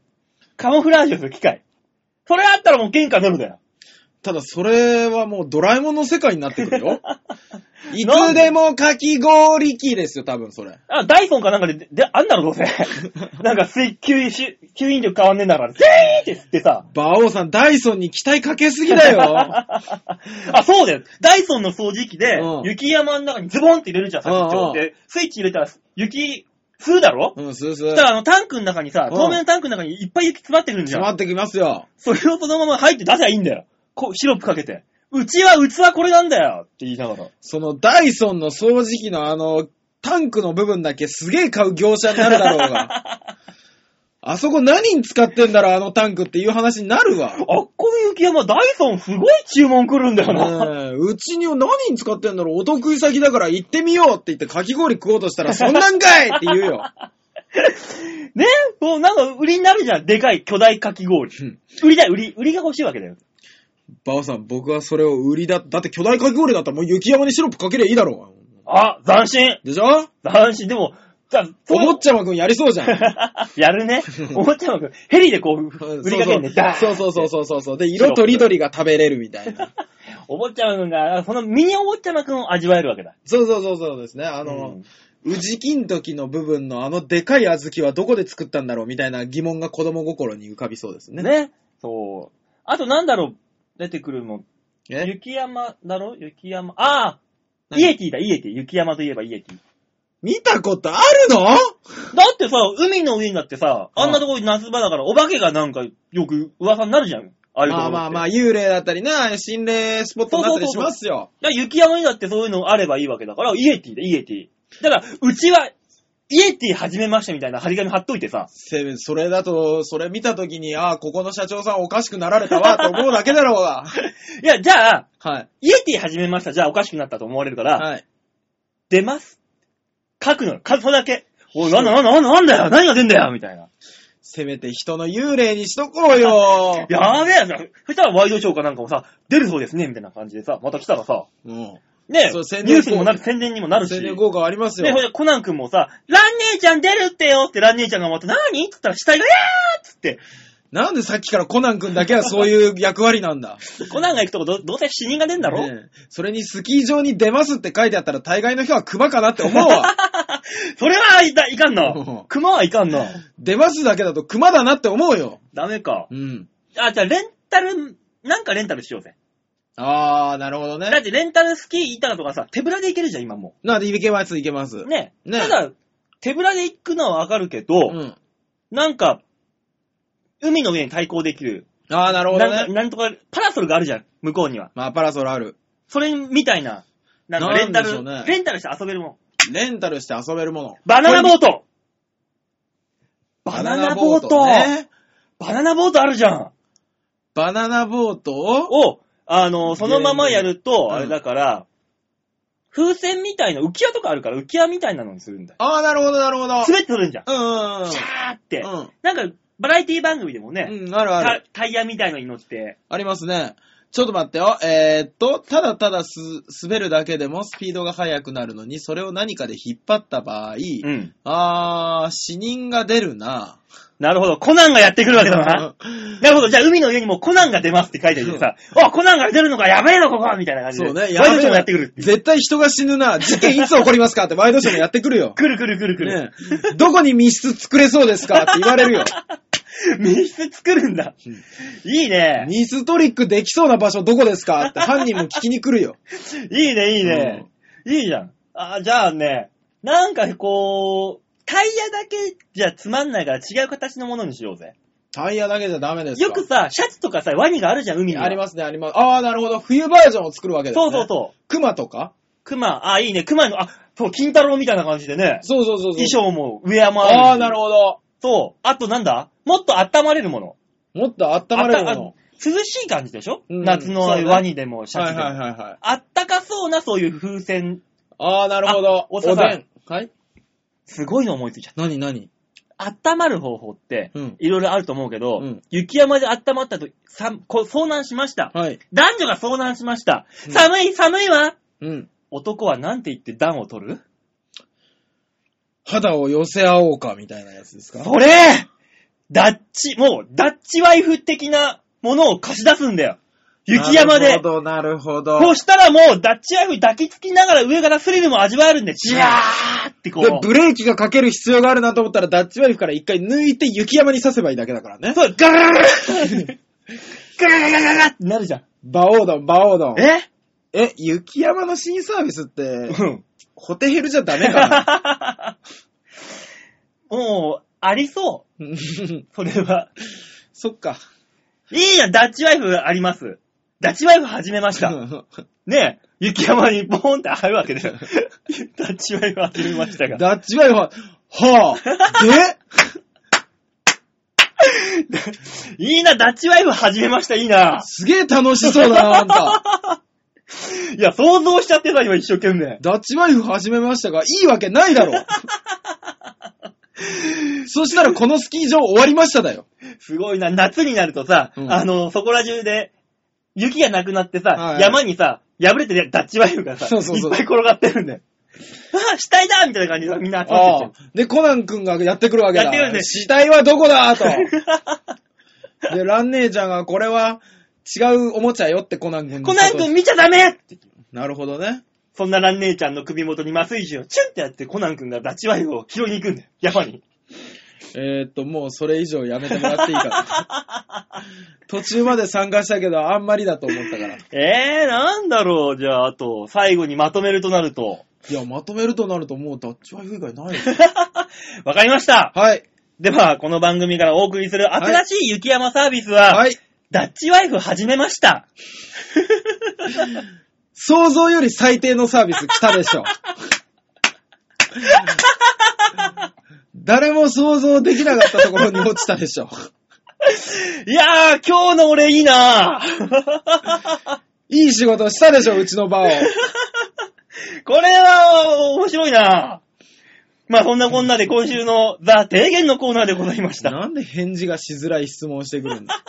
B: カモフラージュする機械。それあったらもう原価ゼロだよ。
C: ただそれはもうドラえもんの世界になってく るよ。い
B: なん
C: つ
B: で
C: でもかき氷機ですよ、多分それ。
B: あ、ダイソンかなんかで、で、あんだろ、どうせ。なんか吸い、吸引、吸引力変わんねえんだから、ジェーンって吸ってさ。
C: 馬王さん、ダイソンに期待かけすぎ だよ。
B: あ、そうだよ。ダイソンの掃除機で
C: う、ん
B: 雪山の中にズボンって入れるじゃん、先っち
C: うんう
B: ょ。
C: ん
B: で、スイッチ入れたら、雪、吸うだろ
C: うん、スース
B: そ
C: ー。
B: したらあのタンクの中にさ、
C: うん
B: 透明のタンクの中にいっぱい雪詰まってくるんじゃ
C: 詰
B: ん。
C: まってきますよ。
B: それをそのまま入って出せばいいんだよ。こうシロップかけて。うちは器これなんだよって言いながら。
C: そのダイソンの掃除機のあの、タンクの部分だけすげえ買う業者になるだろうが。 あそこ何に使ってんだろう、あのタンクっていう話になる
B: あ
C: わ。
B: っこの雪山、ダイソンすごい注文来るんだよな。
C: ねえうちには何に使ってんだろう、お得意先だから行ってみようって言ってかき氷食おうとしたらそんなんかいって言うよ。
B: ねそう、なんか売りになるじゃん。でかい巨大かき氷
C: うん。
B: 売りだよ、売り。売りが欲しいわけだよ。
C: バオさん、僕はそれを売りだ。だって巨大かき氷だったらもう雪山にシロップかけりゃいいだろ
B: あ、斬新
C: う。でしょ
B: 斬新。でも、さ、
C: お
B: そう
C: 坊ちゃまくんやりそうじゃん。
B: やる ね。おもちゃまくん、ヘリでこう、
C: うん
B: 振りかけんで、ダーン
C: そうそうそうそうそうそう。で、色とりどりが食べれるみたいな。
B: お坊ちゃまくんが、そのミニお坊ちゃまくんを味わえるわけだ。
C: そうそうそうそうですね。あ
B: あ
C: の、宇治金時の部分のあのでかい小豆はどこで作ったんだろうみたいな疑問が子供心に浮かびそうですね。
B: ね。そう。あとなんだろう、出てくるの。
C: え
B: 雪山だろ雪山。ああ
C: 何
B: イエティだ、イエティ。雪山といえばイエティ。
C: 見たことあるの
B: だってさ、海の上になってさ、あんなとこに夏場だから、お化けがなんかよく噂になるじゃん。ああいうとこ
C: ま
B: ろ
C: あ
B: って。
C: まあま
B: あ
C: あ、幽霊だったりな、心霊スポットになったりしますよ。
B: 雪山にだってそういうのあればいいわけだから、イエティだ、イエティ。だから、うちは、イエティ始めましたみたいな張り紙貼っといてさ。
C: せめそれだと、それ見た時に、ああ、ここの社長さんおかしくなられたわ、と思うだけだろう が。
B: いや、じゃあ、
C: はい。
B: イエティ始めました。じゃあおかしくなったと思われるから、
C: はい。
B: 出ます。書くのよ。数だけ。おい、なんだなんだなんだなんだよ何が出んだよみたいな。
C: せめて人の幽霊にしとこうよ。
B: やべえな。そしたらワイドショーかなんかもさ、出るそうですね、みたいな感じでさ、また来たらさ、
C: うん。
B: ね
C: そう宣伝
B: ニュースにもなる、宣伝にもなるし。
C: 宣伝
B: で、
C: 効果あります
B: それ
C: よ。
B: でコナン君もさ、ラン姉ちゃん出るってよってラン姉ちゃんがまた何って言ったら死体がやーっつって、
C: なんでさっきからコナン君だけはそういう役割なんだ。
B: コナンが行くとこどどうせ死人が出んだろ、
C: ねえそれにスキー場に出ますって書いてあったら大概の人は熊かなって思う わ。
B: それはいたいかん
C: うん
B: な。熊はいかんな。
C: 出ますだけだと熊だなって思うよ。
B: ダメか。
C: うん。
B: あ、じゃあレンタル、なんかレンタルしようぜ。
C: あー、なるほど
B: だっ
C: ね。
B: てレンタルスキー板とかさ、手ぶらで行けるじゃん、今も
C: なんでいけます、いけます。
B: う。ね。
C: ね
B: ただ、手ぶらで行くのはわかるけ
C: う
B: ど、
C: ん。
B: なんか、海の上に対抗できる、
C: あー、なるほど
B: なんか
C: ね。
B: なんとか、パラソルがあるじゃん、向こうには。
C: まあ、パラソルある。
B: それみたいな、なんかレンタ
C: な
B: ル、
C: んでしょうね
B: レンタルして遊べるもん。
C: レンタルして遊べるもの。
B: バナナボート
C: バ
B: バ
C: ナ
B: ナ
C: ナ
B: ナ
C: ボ
B: ボ
C: ー
B: ー
C: ト
B: ト
C: ね
B: バナナボートあるじゃん
C: バナナボートを、
B: を、あの、そのままやる
C: うん
B: と、あれだから、風船みたいな、浮き輪とかあるから浮き輪みたいなのにするんだよ。
C: あー、なるほど、なるほど。
B: 滑ってするんじゃん。
C: うんうんうん
B: シャーって。
C: うん。
B: なんか、バラエティ番組でもね、
C: うん、あるある。
B: タタイヤみたいのに乗って、
C: ありますね。ちょっと待ってよ。えー、っと、ただただす滑るだけでもスピードが速くなるのに、それを何かで引っ張った場合、
B: うん。
C: あー、死人が出るな。
B: なるほど、コナンがやってくるわけだ な。なるほど、じゃあ海の上にもコナンが出ますって書いてあるけどさ、あ、コナンが出るのか、やべえのここはみたいな感じで。
C: そうね、
B: やべえ。もやってくるっていう。
C: 絶対人が死ぬな。事件いつ起こりますかってワイドショーもやってくるよ。
B: くるくるくるくる。
C: ねえ、どこに密室作れそうですかって言われる よ。
B: 密室作るんだ。いいね。
C: ミストリックできそうな場所どこですかって犯人も聞きに来るよ。
B: いいね、いいね。いいじゃん。あ、じゃあね、なんかこう、タイヤだけじゃつまんないから違う形のものにしようぜ。
C: タイヤだけじゃダメですか
B: よくさ、シャツとかさ、ワニがあるじゃん、海には。
C: ありますね、あります。あー、なるほど。冬バージョンを作るわけですね。
B: そうそうそう。
C: 熊とか
B: 熊、あ、いいね。熊の、あ、そう、金太郎みたいな感じでね。
C: そうそうそうそ
B: 衣
C: う。
B: 装も、ウェアもある。
C: ああ、なるほど。
B: そう。あとなんだもっと温まれるもの。
C: もっと温まれるも
B: あったあ
C: の。
B: 涼しい感じでしょ、
C: うん
B: 夏の
C: そうね
B: ワニでもシャ
C: は
B: ツ
C: い
B: でも。
C: はいはいはい。
B: あったかそうなそういう風船。
C: ああ、なるほど
B: あ。
C: お
B: お
C: で
B: 寿
C: ん
B: 司さん。
C: はい
B: すごいの思いついちゃっ
C: 何何
B: た。温まる方法って
C: うん、
B: いろいろあると思うけど、
C: うん
B: 雪山で温まったと、さこ遭難しました。
C: はい。
B: 男女が遭難しました。
C: うん
B: 寒い、寒いわ
C: うん。
B: 男はなんて言って暖を取る
C: 肌を寄せ合おうか、みたいなやつですか
B: それダッチ、もう、ダッチワイフ的なものを貸し出すんだよ。雪山
C: な
B: で
C: る。ほど、なるほど。
B: こうしたらもう、ダッチワイフ抱きつきながら上からスリルも味わえるんで、ジャーってこ
C: で、
B: う。
C: ブレーキがかける必要があるなと思ったら、ダッチワイフから一回抜いて雪山に刺せばいいだけだからね。
B: そう、ガラガラガラガラガラガラガラってなるじゃん。
C: バオードン、バオードン。
B: え
C: え、雪山の新サービスって、
B: うん。
C: ホテヘルじゃダメかな
B: もう、ありそ
C: うん
B: う。それは。
C: そっか。
B: いいやん、ダッチワイフあります。ダッチワイフ始めまし
C: う
B: た。
C: ん
B: ねえ、雪山にボーンって入るわけで。ダッチワイフ始めましたが。
C: ダッチワイフは、はぁ、 で
B: いいな、ダッチワイフ始めました、いいな。
C: すげえ楽しそうだな、あんた。
B: いや、想像しちゃってた、今一生懸命。
C: ダッチワイフ始めましたが、いいわけない だろそしたらこのスキー場終わりましただよ。
B: すごいな、夏になるとさ、
C: うん
B: あの、そこら中で、雪がなくなってさ、
C: はい
B: 山にさ、破れてるダッチワイフがさ、
C: そうそうそう
B: いっぱい転がってるんだよ。あ、死体だみたいな感じでさみんな集まっ
C: あ
B: て
C: あ
B: きて。
C: で、コナン君がやってくるわけだ。
B: やってくるんで
C: 死体はどこ だと。で、ラン姉ちゃんがこれは違うおもちゃよってコナン君に
B: コナン君見ちゃダメって
C: なるほどね。
B: そんなラン姉ちゃんの首元に麻酔銃をチュンってやってコナン君がダッチワイフを拾いに行くんだよ。山に。
C: えー、っと、もうそれ以上やめてもらっていいかな。 途中まで参加したけど、あんまりだと思ったから。
B: えー、なんだろう。じゃあ、あと、最後にまとめるとなると。
C: いや、まとめるとなるともうダッチワイフ以外ないよ。
B: わかりました。
C: はい。
B: では、この番組からお送りする新しい雪山サービスは、
C: はい。
B: ダッチワイフ始めました。
C: 想像より最低のサービス来たでしょ。誰も想像できなかったところに落ちたでしょ。
B: いやー、今日の俺いいな ー
C: いい仕事したでしょ、うちの場を。
B: これは、面白いなまあそんなこんなで今週のザ・提言のコーナーでございました。
C: なんで返事がしづらい質問してくるんだ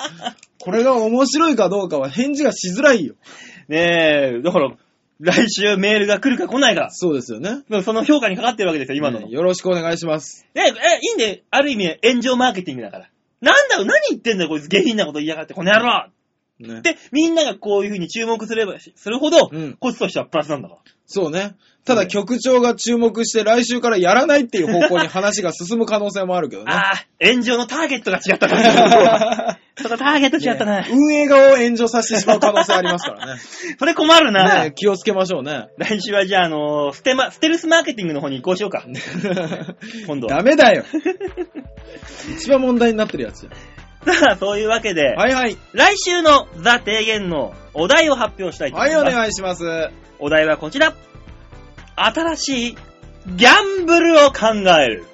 C: これが面白いかどうかは返事がしづらいよ。
B: ねえ、だから、来週メールが来るか来ないか、
C: そうですよね。
B: その評価にかかってるわけですよ、今のの。
C: ねよろしくお願いします。
B: ねえ、え、いいんで、ある意味炎上マーケティングだから。なんだよ、何言ってんだよ、こいつ下品なこと言いやがって、この野郎
C: ね、
B: で、みんながこういう風に注目すれば、するほど、
C: うん
B: コストとしてはプラスなんだから。
C: そうね。ただ
B: ね
C: 局長が注目して来週からやらないっていう方向に話が進む可能性もあるけどね。
B: ああ、炎上のターゲットが違った な。そこターゲット違ったな。
C: ね運営側を炎上させてしまう可能性あります からね。
B: それ困るな。
C: ね気をつけましょうね。
B: 来週はじゃあ、あのーステマ、ステルスマーケティングの方に移行しようか。今度は
C: ダメ だよ。一番問題になってるやつじゃ
B: さあ、 そういうわけで、
C: ん。はいはい。
B: 来週のザ提言のお題を発表したいと思
C: はいい、
B: ま
C: お
B: す。
C: 願いします。
B: お題はこちら。新しいギャンブルを考える。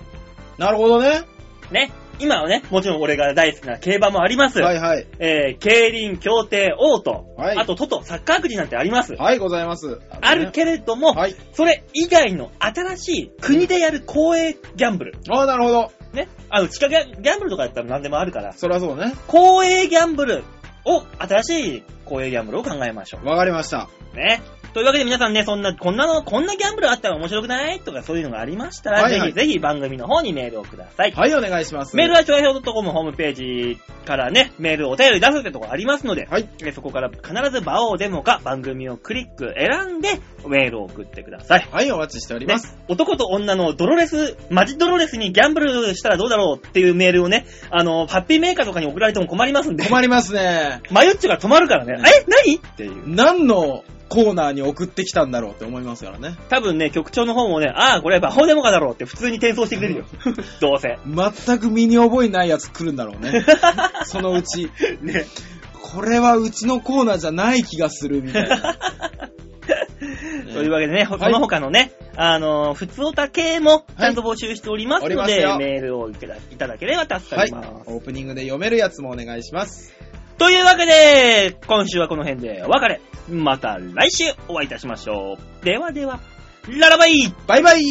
C: なるほどね。
B: ね。今はね、もちろん俺が大好きな競馬もあります。
C: はいはい。
B: えー、競輪、競艇、オート、
C: はい
B: あとトト、サッカーくじなんてあります。
C: はい、ございます。
B: あるけれども、
C: はい。
B: それ以外の新しい国でやる公営ギャンブル。
C: ああ、なるほど。
B: ね。あの、地下ギャギャンブルとかだったら何でもあるから、
C: そりゃそうね。
B: 公営ギャンブルを、新しい公営ギャンブルを考えましょ
C: わかりました。
B: う。ね。というわけで皆さんね、そんな、こんなの、こんなギャンブルあったら面白くないとかそういうのがありましたら、
C: はいはい
B: ぜひぜひ番組の方にメールをください。
C: はい、お願いします。
B: メールは超平洋 .com ホームページからね、メールお便り出すってとこありますので、
C: はい。
B: えーそこから必ず場をデモか番組をクリック選んでメールを送ってください。
C: はい、お待ちしております。
B: ね男と女のドロレス、マジドロレスにギャンブルしたらどうだろうっていうメールをね、あの、ハッピーメーカーとかに送られても困りますんで。
C: 困りますね。
B: マヨッチョが止まるからね。
C: うん
B: え何っていう。
C: 何のコーナーに送ってきたんだろうって思いますからね。
B: 多分ね、局長の方もね、ああ、これバホデモカだろうって普通に転送してくれるよ。 どうせ。
C: 全く身に覚えないやつ来るんだろ うね。そのうち。
B: ね。
C: これはうちのコーナーじゃない気がする みたいな。ね
B: というわけでね、ほその他のね、あの、普通おた系もちゃんと募集しておりますの
C: はいおり
B: で、
C: ますよ
B: メールをいただいただければ助か
C: は
B: り
C: い。
B: ます。
C: オープニングで読めるやつもお願いします。
B: というわけで、今週はこの辺でお別れ。また来週お会いいたしましょう。ではでは、ララバイ
C: バイバイ